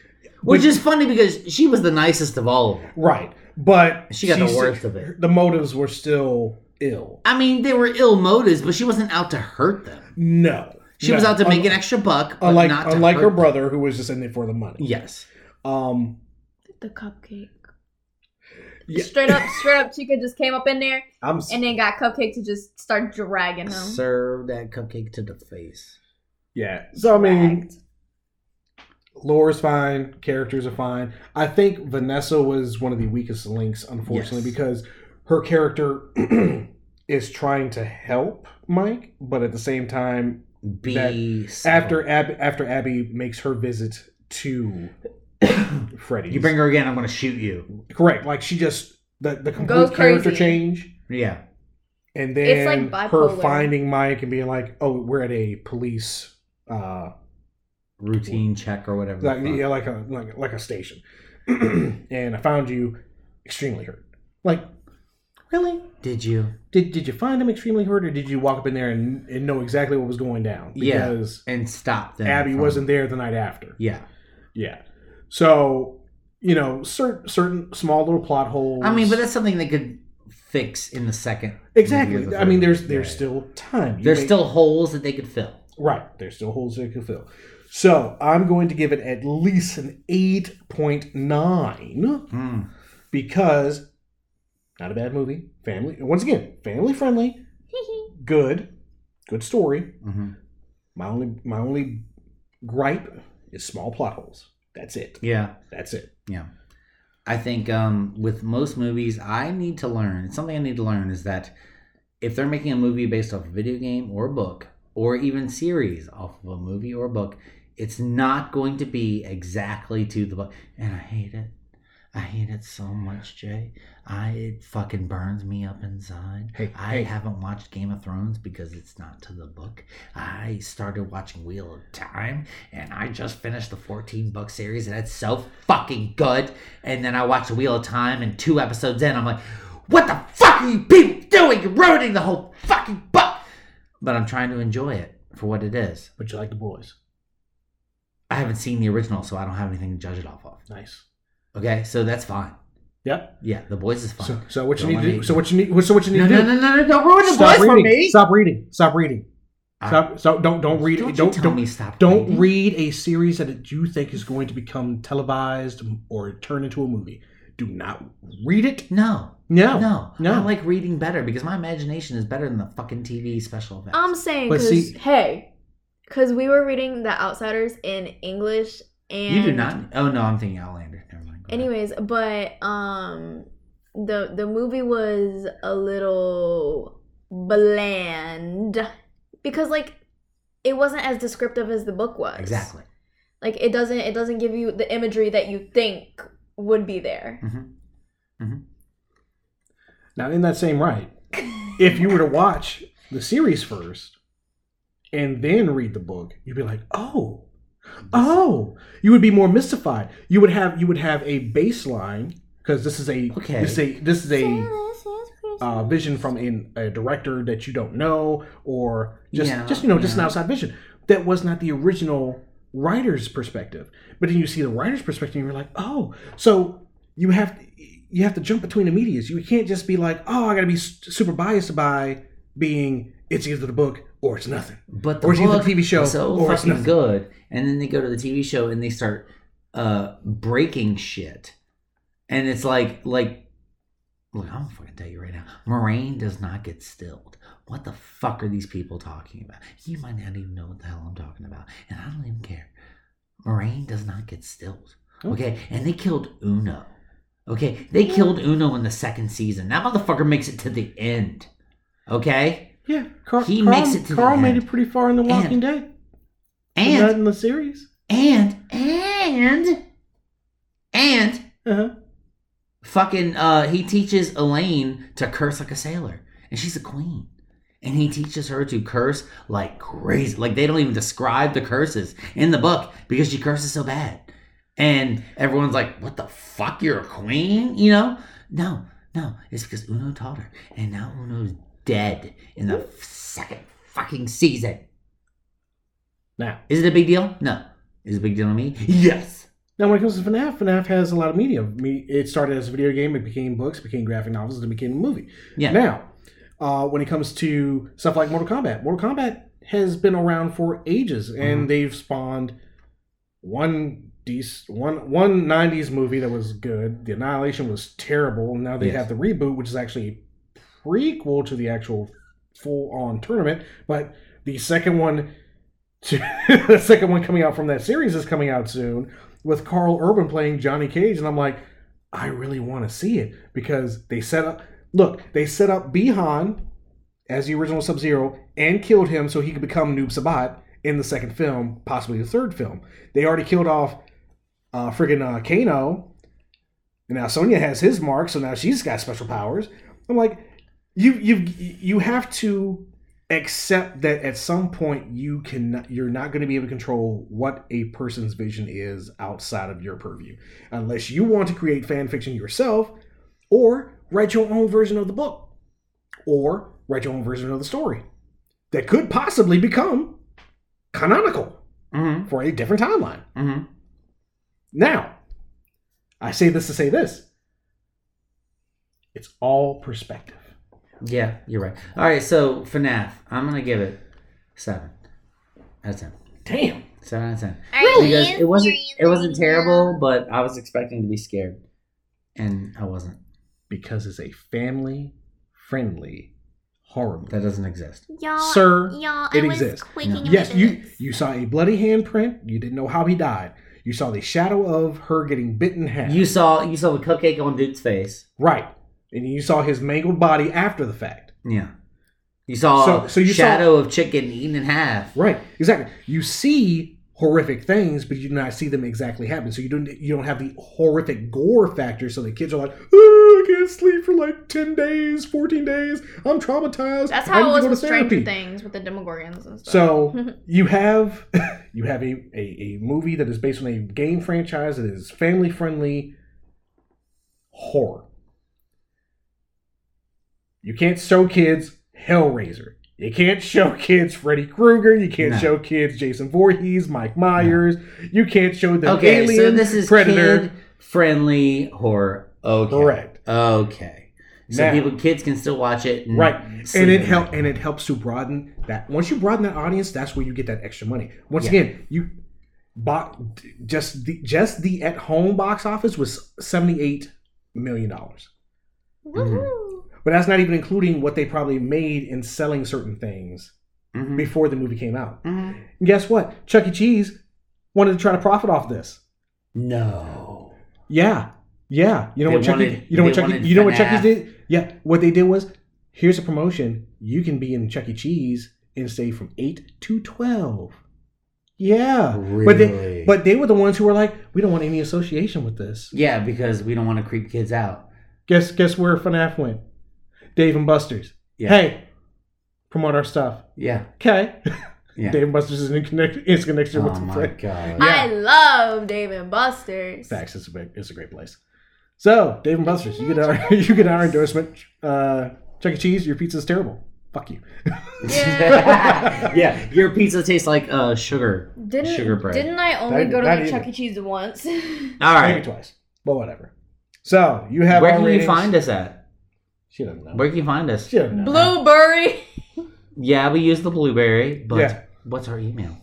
Speaker 2: which is funny because she was the nicest of all of them.
Speaker 1: Right, but
Speaker 2: She got the
Speaker 1: she's-
Speaker 2: worst of it.
Speaker 1: The motives were still ill.
Speaker 2: I mean, they were ill motives, but she wasn't out to hurt them.
Speaker 1: No,
Speaker 2: She was out to make
Speaker 1: it.
Speaker 2: an extra buck, but
Speaker 1: unlike
Speaker 2: not to
Speaker 1: unlike
Speaker 2: hurt
Speaker 1: her
Speaker 2: them.
Speaker 1: brother who was just in it for the money.
Speaker 2: Yes.
Speaker 1: Um,
Speaker 3: the cupcake.
Speaker 1: Yeah.
Speaker 3: Straight up, straight up, Chica just came up in there
Speaker 1: I'm s-
Speaker 3: and then got Cupcake to just start dragging him.
Speaker 2: Serve that cupcake to the face.
Speaker 1: yeah. So I mean, lore is fine, characters are fine. I think Vanessa was one of the weakest links, unfortunately,
Speaker 2: Yes.
Speaker 1: because her character is trying to help Mike, but at the same time,
Speaker 2: Be
Speaker 1: after Ab- after Abby makes her visit to Freddy's,
Speaker 2: you bring her again, I'm gonna shoot you.
Speaker 1: correct. Like she just the the
Speaker 3: Goes
Speaker 1: complete character
Speaker 3: crazy.
Speaker 1: change.
Speaker 2: Yeah.
Speaker 1: and
Speaker 3: It's
Speaker 1: then
Speaker 3: like bipolar.
Speaker 1: her finding Mike and being like, "Oh, we're at a police, uh,
Speaker 2: Routine check or whatever. the
Speaker 1: like
Speaker 2: fuck.
Speaker 1: yeah, like a like, like a station," and I found you extremely hurt. Like, really?
Speaker 2: Did you?
Speaker 1: Did did you find him extremely hurt, or did you walk up in there and, and know exactly what was going down?
Speaker 2: Yeah.
Speaker 1: Because
Speaker 2: And stop them.
Speaker 1: Abby
Speaker 2: from-
Speaker 1: wasn't there the night after.
Speaker 2: Yeah.
Speaker 1: Yeah, so you know, certain certain small little plot holes.
Speaker 2: I mean, but that's something they could fix in the second.
Speaker 1: exactly. I mean, there's there's
Speaker 2: Yeah.
Speaker 1: still time. You
Speaker 2: There's
Speaker 1: may-
Speaker 2: still holes that they could fill.
Speaker 1: Right. There's still holes they can fill. So I'm going to give it at least an 8.9 because not a bad movie. Family, once again, family friendly, good, good story.
Speaker 2: Mhm.
Speaker 1: My only, my only gripe is small plot holes. That's it.
Speaker 2: Yeah,
Speaker 1: That's it.
Speaker 2: yeah. I think um, with most movies, I need to learn it's something. I need to learn is that if they're making a movie based off a video game or a book, or even series off of a movie or a book, it's not going to be exactly to the book. And I hate it. I hate it so much, Jay. I it fucking burns me up inside.
Speaker 1: Hey,
Speaker 2: I
Speaker 1: hey.
Speaker 2: haven't watched Game of Thrones because it's not to the book. I started watching Wheel of Time and I just finished the 14 book series and it's so fucking good. And then I watched Wheel of Time and two episodes in I'm like, what the fuck are you people doing? You're ruining the whole fucking book. But I'm trying to enjoy it for what it is.
Speaker 1: But you like the boys.
Speaker 2: I haven't seen the original, so I don't have anything to judge it off of.
Speaker 1: Nice.
Speaker 2: Okay, so that's fine.
Speaker 1: Yep.
Speaker 2: Yeah, the boys is fine.
Speaker 1: So, so what you
Speaker 2: Don't
Speaker 1: need to
Speaker 2: let
Speaker 1: do?
Speaker 2: me-
Speaker 1: So what you need? So what you need
Speaker 2: no,
Speaker 1: to
Speaker 2: no,
Speaker 1: do?
Speaker 2: no, no, no, don't ruin the
Speaker 1: Stop
Speaker 2: boys for
Speaker 1: reading.
Speaker 2: me.
Speaker 1: Stop reading. Stop reading.
Speaker 2: I-
Speaker 1: Stop. Stop. Don't. Don't read.
Speaker 2: Ah. Don't,
Speaker 1: Don't.
Speaker 2: you
Speaker 1: Don't.
Speaker 2: tell me stop.
Speaker 1: Don't
Speaker 2: reading.
Speaker 1: read a series that you think is going to become televised or turn into a movie. Do not read it.
Speaker 2: No,
Speaker 1: No.
Speaker 2: no,
Speaker 1: no.
Speaker 2: I like reading better because my imagination is better than the fucking TV special effects.
Speaker 3: I'm saying,
Speaker 1: But
Speaker 3: cause,
Speaker 1: see-
Speaker 3: hey, because we were reading The Outsiders in English and
Speaker 2: you do not. Oh no, I'm thinking Outlander. Never mind. go ahead.
Speaker 3: Anyways, but um, the the movie was a little bland because like it wasn't as descriptive as the book was.
Speaker 2: Exactly.
Speaker 3: Like it doesn't it doesn't give you the imagery that you think would be there.
Speaker 1: Now, in that same right, if you were to watch the series first and then read the book, you'd be like, "Oh, oh!" You would be more mystified. You would have you would have a baseline because this is a
Speaker 2: Okay.
Speaker 1: this is a this is a uh, vision from an, a director that you don't know or just
Speaker 2: Yeah,
Speaker 1: just you know just an
Speaker 2: yeah.
Speaker 1: outside vision that was not the original writer's perspective. But then you see the writer's perspective, and you're like, "Oh, so you have you have to jump between the medias. You can't just be like, oh, I got to be s- super biased by being it's either the book or it's nothing.
Speaker 2: But the
Speaker 1: Or it's either
Speaker 2: book
Speaker 1: TV show
Speaker 2: was so
Speaker 1: or it's
Speaker 2: fucking
Speaker 1: nothing.
Speaker 2: good, and then they go to the TV show and they start uh breaking shit, and it's like like. Look, I'm gonna fucking tell you right now. Moraine does not get stilled. What the fuck are these people talking about? You might not even know what the hell I'm talking about, and I don't even care. Moraine does not get stilled.
Speaker 1: Oh.
Speaker 2: Okay, and they killed Uno. Okay, they killed Uno in the second season. That motherfucker makes it to the end. Okay,
Speaker 1: Yeah, Carl,
Speaker 2: He
Speaker 1: Carl,
Speaker 2: makes it to the
Speaker 1: Carl made
Speaker 2: end.
Speaker 1: it pretty far in The Walking
Speaker 2: And-
Speaker 1: Dead,
Speaker 2: and
Speaker 1: not in the series.
Speaker 2: And and and
Speaker 1: Uh-huh.
Speaker 2: fucking uh he teaches Elaine to curse like a sailor. And she's a queen. And he teaches her to curse like crazy. Like they don't even describe the curses in the book because she curses so bad. And everyone's like, What the fuck? You're a queen? You know? No, no. It's because Uno taught her. And now Uno's dead in the second fucking season.
Speaker 1: Now,
Speaker 2: Is it a big deal? No. Is it a big deal to me? Yes.
Speaker 1: now when it comes to FNAF, FNAF has a lot of media. Me- It started as a video game, it became books, it became graphic novels, and it became a movie.
Speaker 2: Yeah.
Speaker 1: Now, uh, when it comes to stuff like Mortal Kombat, Mortal Kombat has been around for ages,
Speaker 2: Mm-hmm.
Speaker 1: and they've spawned one dec- one one '90s movie that was good. The Annihilation was terrible. and Now they
Speaker 2: Yes.
Speaker 1: have the reboot, which is actually a prequel to the actual full-on tournament. But the second one, the second one coming out from that series is coming out soon with Carl Urban playing Johnny Cage, and I'm like, I really want to see it because they set up. Look, they set up Bihan as the original Sub Zero and killed him so he could become Noob Sabat in the second film, possibly the third film. They already killed off uh, friggin' uh, Kano, and now Sonya has his mark, so now she's got special powers. I'm like, you you you have to accept that at some point you can you're not going to be able to control what a person's vision is outside of your purview unless you want to create fan fiction yourself or write your own version of the book or write your own version of the story that could possibly become canonical
Speaker 2: Mm-hmm.
Speaker 1: for a different timeline
Speaker 2: Mm-hmm.
Speaker 1: now i say this to say this it's all perspective
Speaker 2: Yeah, you're right. All right, so FNAF, I'm gonna give it seven out of ten.
Speaker 1: damn
Speaker 2: Seven out of ten.
Speaker 3: Are you
Speaker 2: Because it wasn't it wasn't
Speaker 3: serious right
Speaker 2: terrible, but I was expecting to be scared, and I wasn't.
Speaker 1: because it's a family friendly horror movie
Speaker 2: That doesn't exist.
Speaker 3: Y'all
Speaker 1: Sir,
Speaker 3: y'all
Speaker 1: it
Speaker 3: I was
Speaker 1: exists.
Speaker 3: quaking
Speaker 2: No.
Speaker 3: in my
Speaker 1: Yes, you
Speaker 3: boots.
Speaker 1: you saw a bloody handprint. You didn't know how he died. You saw the shadow of her getting bitten in half.
Speaker 2: You saw you saw the cupcake on dude's face.
Speaker 1: right, and you saw his mangled body after the fact.
Speaker 2: Yeah. You saw
Speaker 1: So- so you saw-
Speaker 2: shadow of chicken eaten in half.
Speaker 1: Right, exactly. You see horrific things, but you do not see them exactly happen. So you don't you don't have the horrific gore factor. So the kids are like, oh, I can't sleep for like ten days, fourteen days. I'm traumatized.
Speaker 3: That's
Speaker 1: I
Speaker 3: how
Speaker 1: need
Speaker 3: it
Speaker 1: to
Speaker 3: was
Speaker 1: go to
Speaker 3: with Stranger
Speaker 1: therapy."
Speaker 3: Things with the Demogorgons and stuff.
Speaker 1: So you have you have a, a, a movie that is based on a game franchise that is family friendly horror. You can't show kids Hellraiser. You can't show kids Freddy Krueger. You can't
Speaker 2: No.
Speaker 1: show kids Jason Voorhees, Mike Myers. You can't show the
Speaker 2: Okay,
Speaker 1: alien
Speaker 2: so this is
Speaker 1: Predator.
Speaker 2: kid friendly horror. Okay.
Speaker 1: Correct.
Speaker 2: Okay. So
Speaker 1: Now-
Speaker 2: people kids can still watch it. And
Speaker 1: Right.
Speaker 2: sleep
Speaker 1: And it
Speaker 2: at
Speaker 1: help
Speaker 2: night.
Speaker 1: and it helps to broaden that. Once you broaden that audience, that's where you get that extra money. Once
Speaker 2: Yeah.
Speaker 1: again, you bought just the just the at home box office was seventy eight million dollars.
Speaker 3: Woohoo.
Speaker 1: But that's not even including what they probably made in selling certain things
Speaker 2: Mhm.
Speaker 1: before the movie came out.
Speaker 2: Mhm.
Speaker 1: And guess what? Chuck E. Cheese wanted to try to profit off this.
Speaker 2: No.
Speaker 1: Yeah. Yeah. You know
Speaker 2: They
Speaker 1: what Chuck E-
Speaker 2: wanted-
Speaker 1: you know what
Speaker 2: they
Speaker 1: Chuck E-
Speaker 2: wanted
Speaker 1: you know what Chuck E.
Speaker 2: FNAF.
Speaker 1: did? Yeah. What they did was here's a promotion. You can be in Chuck E. Cheese and stayed from eight to twelve. Yeah,
Speaker 4: Really?
Speaker 1: but they but they were the ones who were like, we don't want any association with this.
Speaker 4: yeah, because we don't want to creep kids out.
Speaker 1: Guess guess where FNAF went? Dave and Buster's.
Speaker 4: Yeah.
Speaker 1: Hey, promote our stuff.
Speaker 4: Yeah.
Speaker 1: Okay.
Speaker 4: Yeah.
Speaker 1: Dave and Buster's is in connection is connection
Speaker 4: Oh
Speaker 1: with the
Speaker 4: my
Speaker 1: friend.
Speaker 4: god.
Speaker 1: Yeah.
Speaker 3: I love Dave and Buster's.
Speaker 1: Facts. It's a big, it's a great place. So Dave and Buster's, you get our you get our endorsement. Uh, Chuck E. Cheese, your pizza's terrible. Fuck you.
Speaker 3: Yeah.
Speaker 4: Yeah.
Speaker 2: Your pizza tastes like uh, sugar.
Speaker 3: Didn't
Speaker 2: Sugar bread.
Speaker 3: didn't I only
Speaker 1: That-
Speaker 3: go to
Speaker 1: that
Speaker 3: the
Speaker 1: either.
Speaker 3: Chuck E. Cheese once?
Speaker 2: All
Speaker 1: Maybe
Speaker 2: right.
Speaker 1: twice, but whatever. So you have.
Speaker 2: Where
Speaker 1: our
Speaker 2: can you
Speaker 1: ratings.
Speaker 2: find us at?
Speaker 1: She doesn't know.
Speaker 2: Where can you find us?
Speaker 1: She doesn't know.
Speaker 3: Blueberry.
Speaker 2: Yeah, we use the blueberry, but
Speaker 1: Yeah.
Speaker 2: what's our email?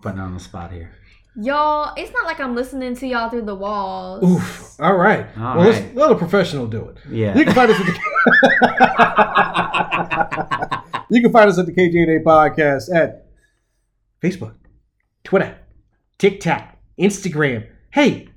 Speaker 2: Putting on the spot here.
Speaker 3: Y'all, it's not like I'm listening to y'all through the walls.
Speaker 1: Oof. All right.
Speaker 2: All
Speaker 1: well,
Speaker 2: right.
Speaker 1: Let's, let a professional do it.
Speaker 2: Yeah.
Speaker 1: You can find us at the. you can find us at the KJNA podcast at Facebook, Twitter, TikTok, Instagram. Hey,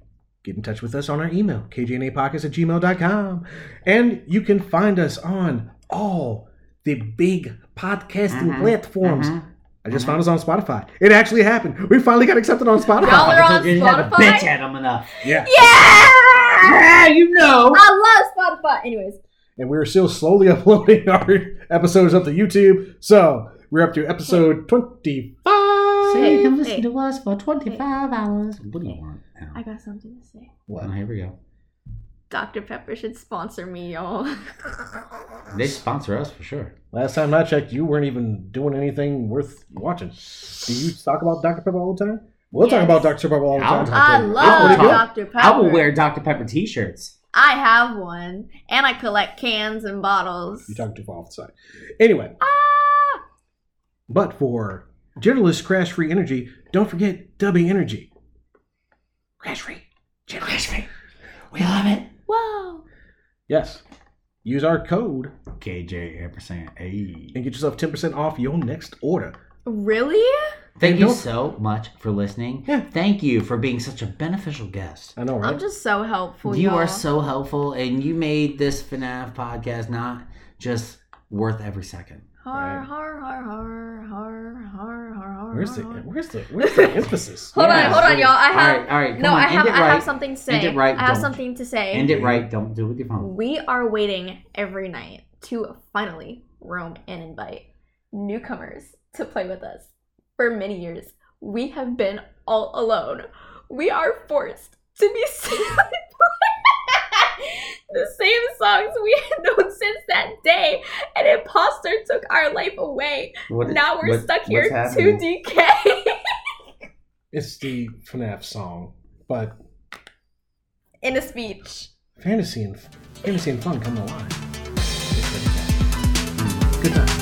Speaker 1: get in touch with us on our email, kjnapodcast at gmail.com. And you can find us on all the big podcasting
Speaker 4: Mhm.
Speaker 2: Uh-huh.
Speaker 1: platforms.
Speaker 2: Mm-hmm.
Speaker 4: Mhm.
Speaker 1: I just found us on Spotify. It actually happened. We finally got accepted on Spotify.
Speaker 3: Y'all are on
Speaker 4: You had to bitch
Speaker 3: Spotify.
Speaker 4: at them enough.
Speaker 1: yeah.
Speaker 3: Yeah.
Speaker 1: Ah,
Speaker 4: Yeah, you know.
Speaker 3: I love Spotify. Anyways,
Speaker 1: and we're still slowly uploading our episodes up to YouTube. So we're up to episode
Speaker 3: Hmm.
Speaker 1: 25.
Speaker 4: So you can
Speaker 3: Hey,
Speaker 4: listen
Speaker 3: hey.
Speaker 4: to us for 25 hours. What do you want?
Speaker 3: I
Speaker 4: Now?
Speaker 3: got something to say.
Speaker 2: Well, Oh, here we go.
Speaker 3: Dr. Pepper should sponsor me, y'all.
Speaker 2: They sponsor us for sure.
Speaker 1: Last time I checked, you weren't even doing anything worth watching. Do you talk about Dr. Pepper all the time? We'll talk
Speaker 3: Yes.
Speaker 1: about Dr. Pepper all the time.
Speaker 4: I'll talk-
Speaker 3: I
Speaker 4: That's
Speaker 3: love
Speaker 1: pretty good.
Speaker 3: Dr. Pepper.
Speaker 4: I will wear Dr. Pepper t shirts.
Speaker 3: I have one, and I collect cans and bottles.
Speaker 1: You're talking too far off the side. Anyway,
Speaker 3: Ah!
Speaker 1: but for genderless crash free energy, don't forget W Energy. Crash free. Genderless free.
Speaker 4: We love it.
Speaker 3: Whoa!
Speaker 1: Yes. Use our code
Speaker 2: KJ ampersand A.
Speaker 1: and get yourself 10% off your next order.
Speaker 3: Really?
Speaker 2: Thank
Speaker 1: And
Speaker 2: you
Speaker 1: don't-
Speaker 2: so much for listening.
Speaker 1: Yeah.
Speaker 2: Thank you for being such a beneficial guest.
Speaker 1: I know, right?
Speaker 3: I'm just so helpful.
Speaker 2: you
Speaker 3: y'all.
Speaker 2: are so helpful, and you made this FNAF podcast not just worth every second.
Speaker 3: Har,
Speaker 1: Right.
Speaker 3: har, har, har, har, har, har, har.
Speaker 1: Where's the
Speaker 3: har.
Speaker 1: where's the where's the emphasis?
Speaker 3: Hold
Speaker 2: Yeah.
Speaker 3: on, hold on, y'all. I
Speaker 2: All
Speaker 3: have
Speaker 2: right, all right. Come
Speaker 3: no.
Speaker 2: on,
Speaker 3: I
Speaker 2: end
Speaker 3: have.
Speaker 2: it
Speaker 3: I
Speaker 2: right.
Speaker 3: have something to say.
Speaker 2: End it right,
Speaker 3: I have
Speaker 2: don't.
Speaker 3: something to say.
Speaker 2: End it right. Don't do it with your phone.
Speaker 3: We are waiting every night to finally roam and invite newcomers to play with us. For many years, we have been all alone. We are forced to be singing the same songs we had known since that day. An imposter took our life away.
Speaker 2: What is-
Speaker 3: Now we're
Speaker 2: what-
Speaker 3: stuck
Speaker 2: what's
Speaker 3: here to
Speaker 2: happening?
Speaker 3: decay.
Speaker 1: It's the FNAF song, but
Speaker 3: In a speech.
Speaker 1: fantasy and fantasy and fun come alive. It's pretty cool. Good time.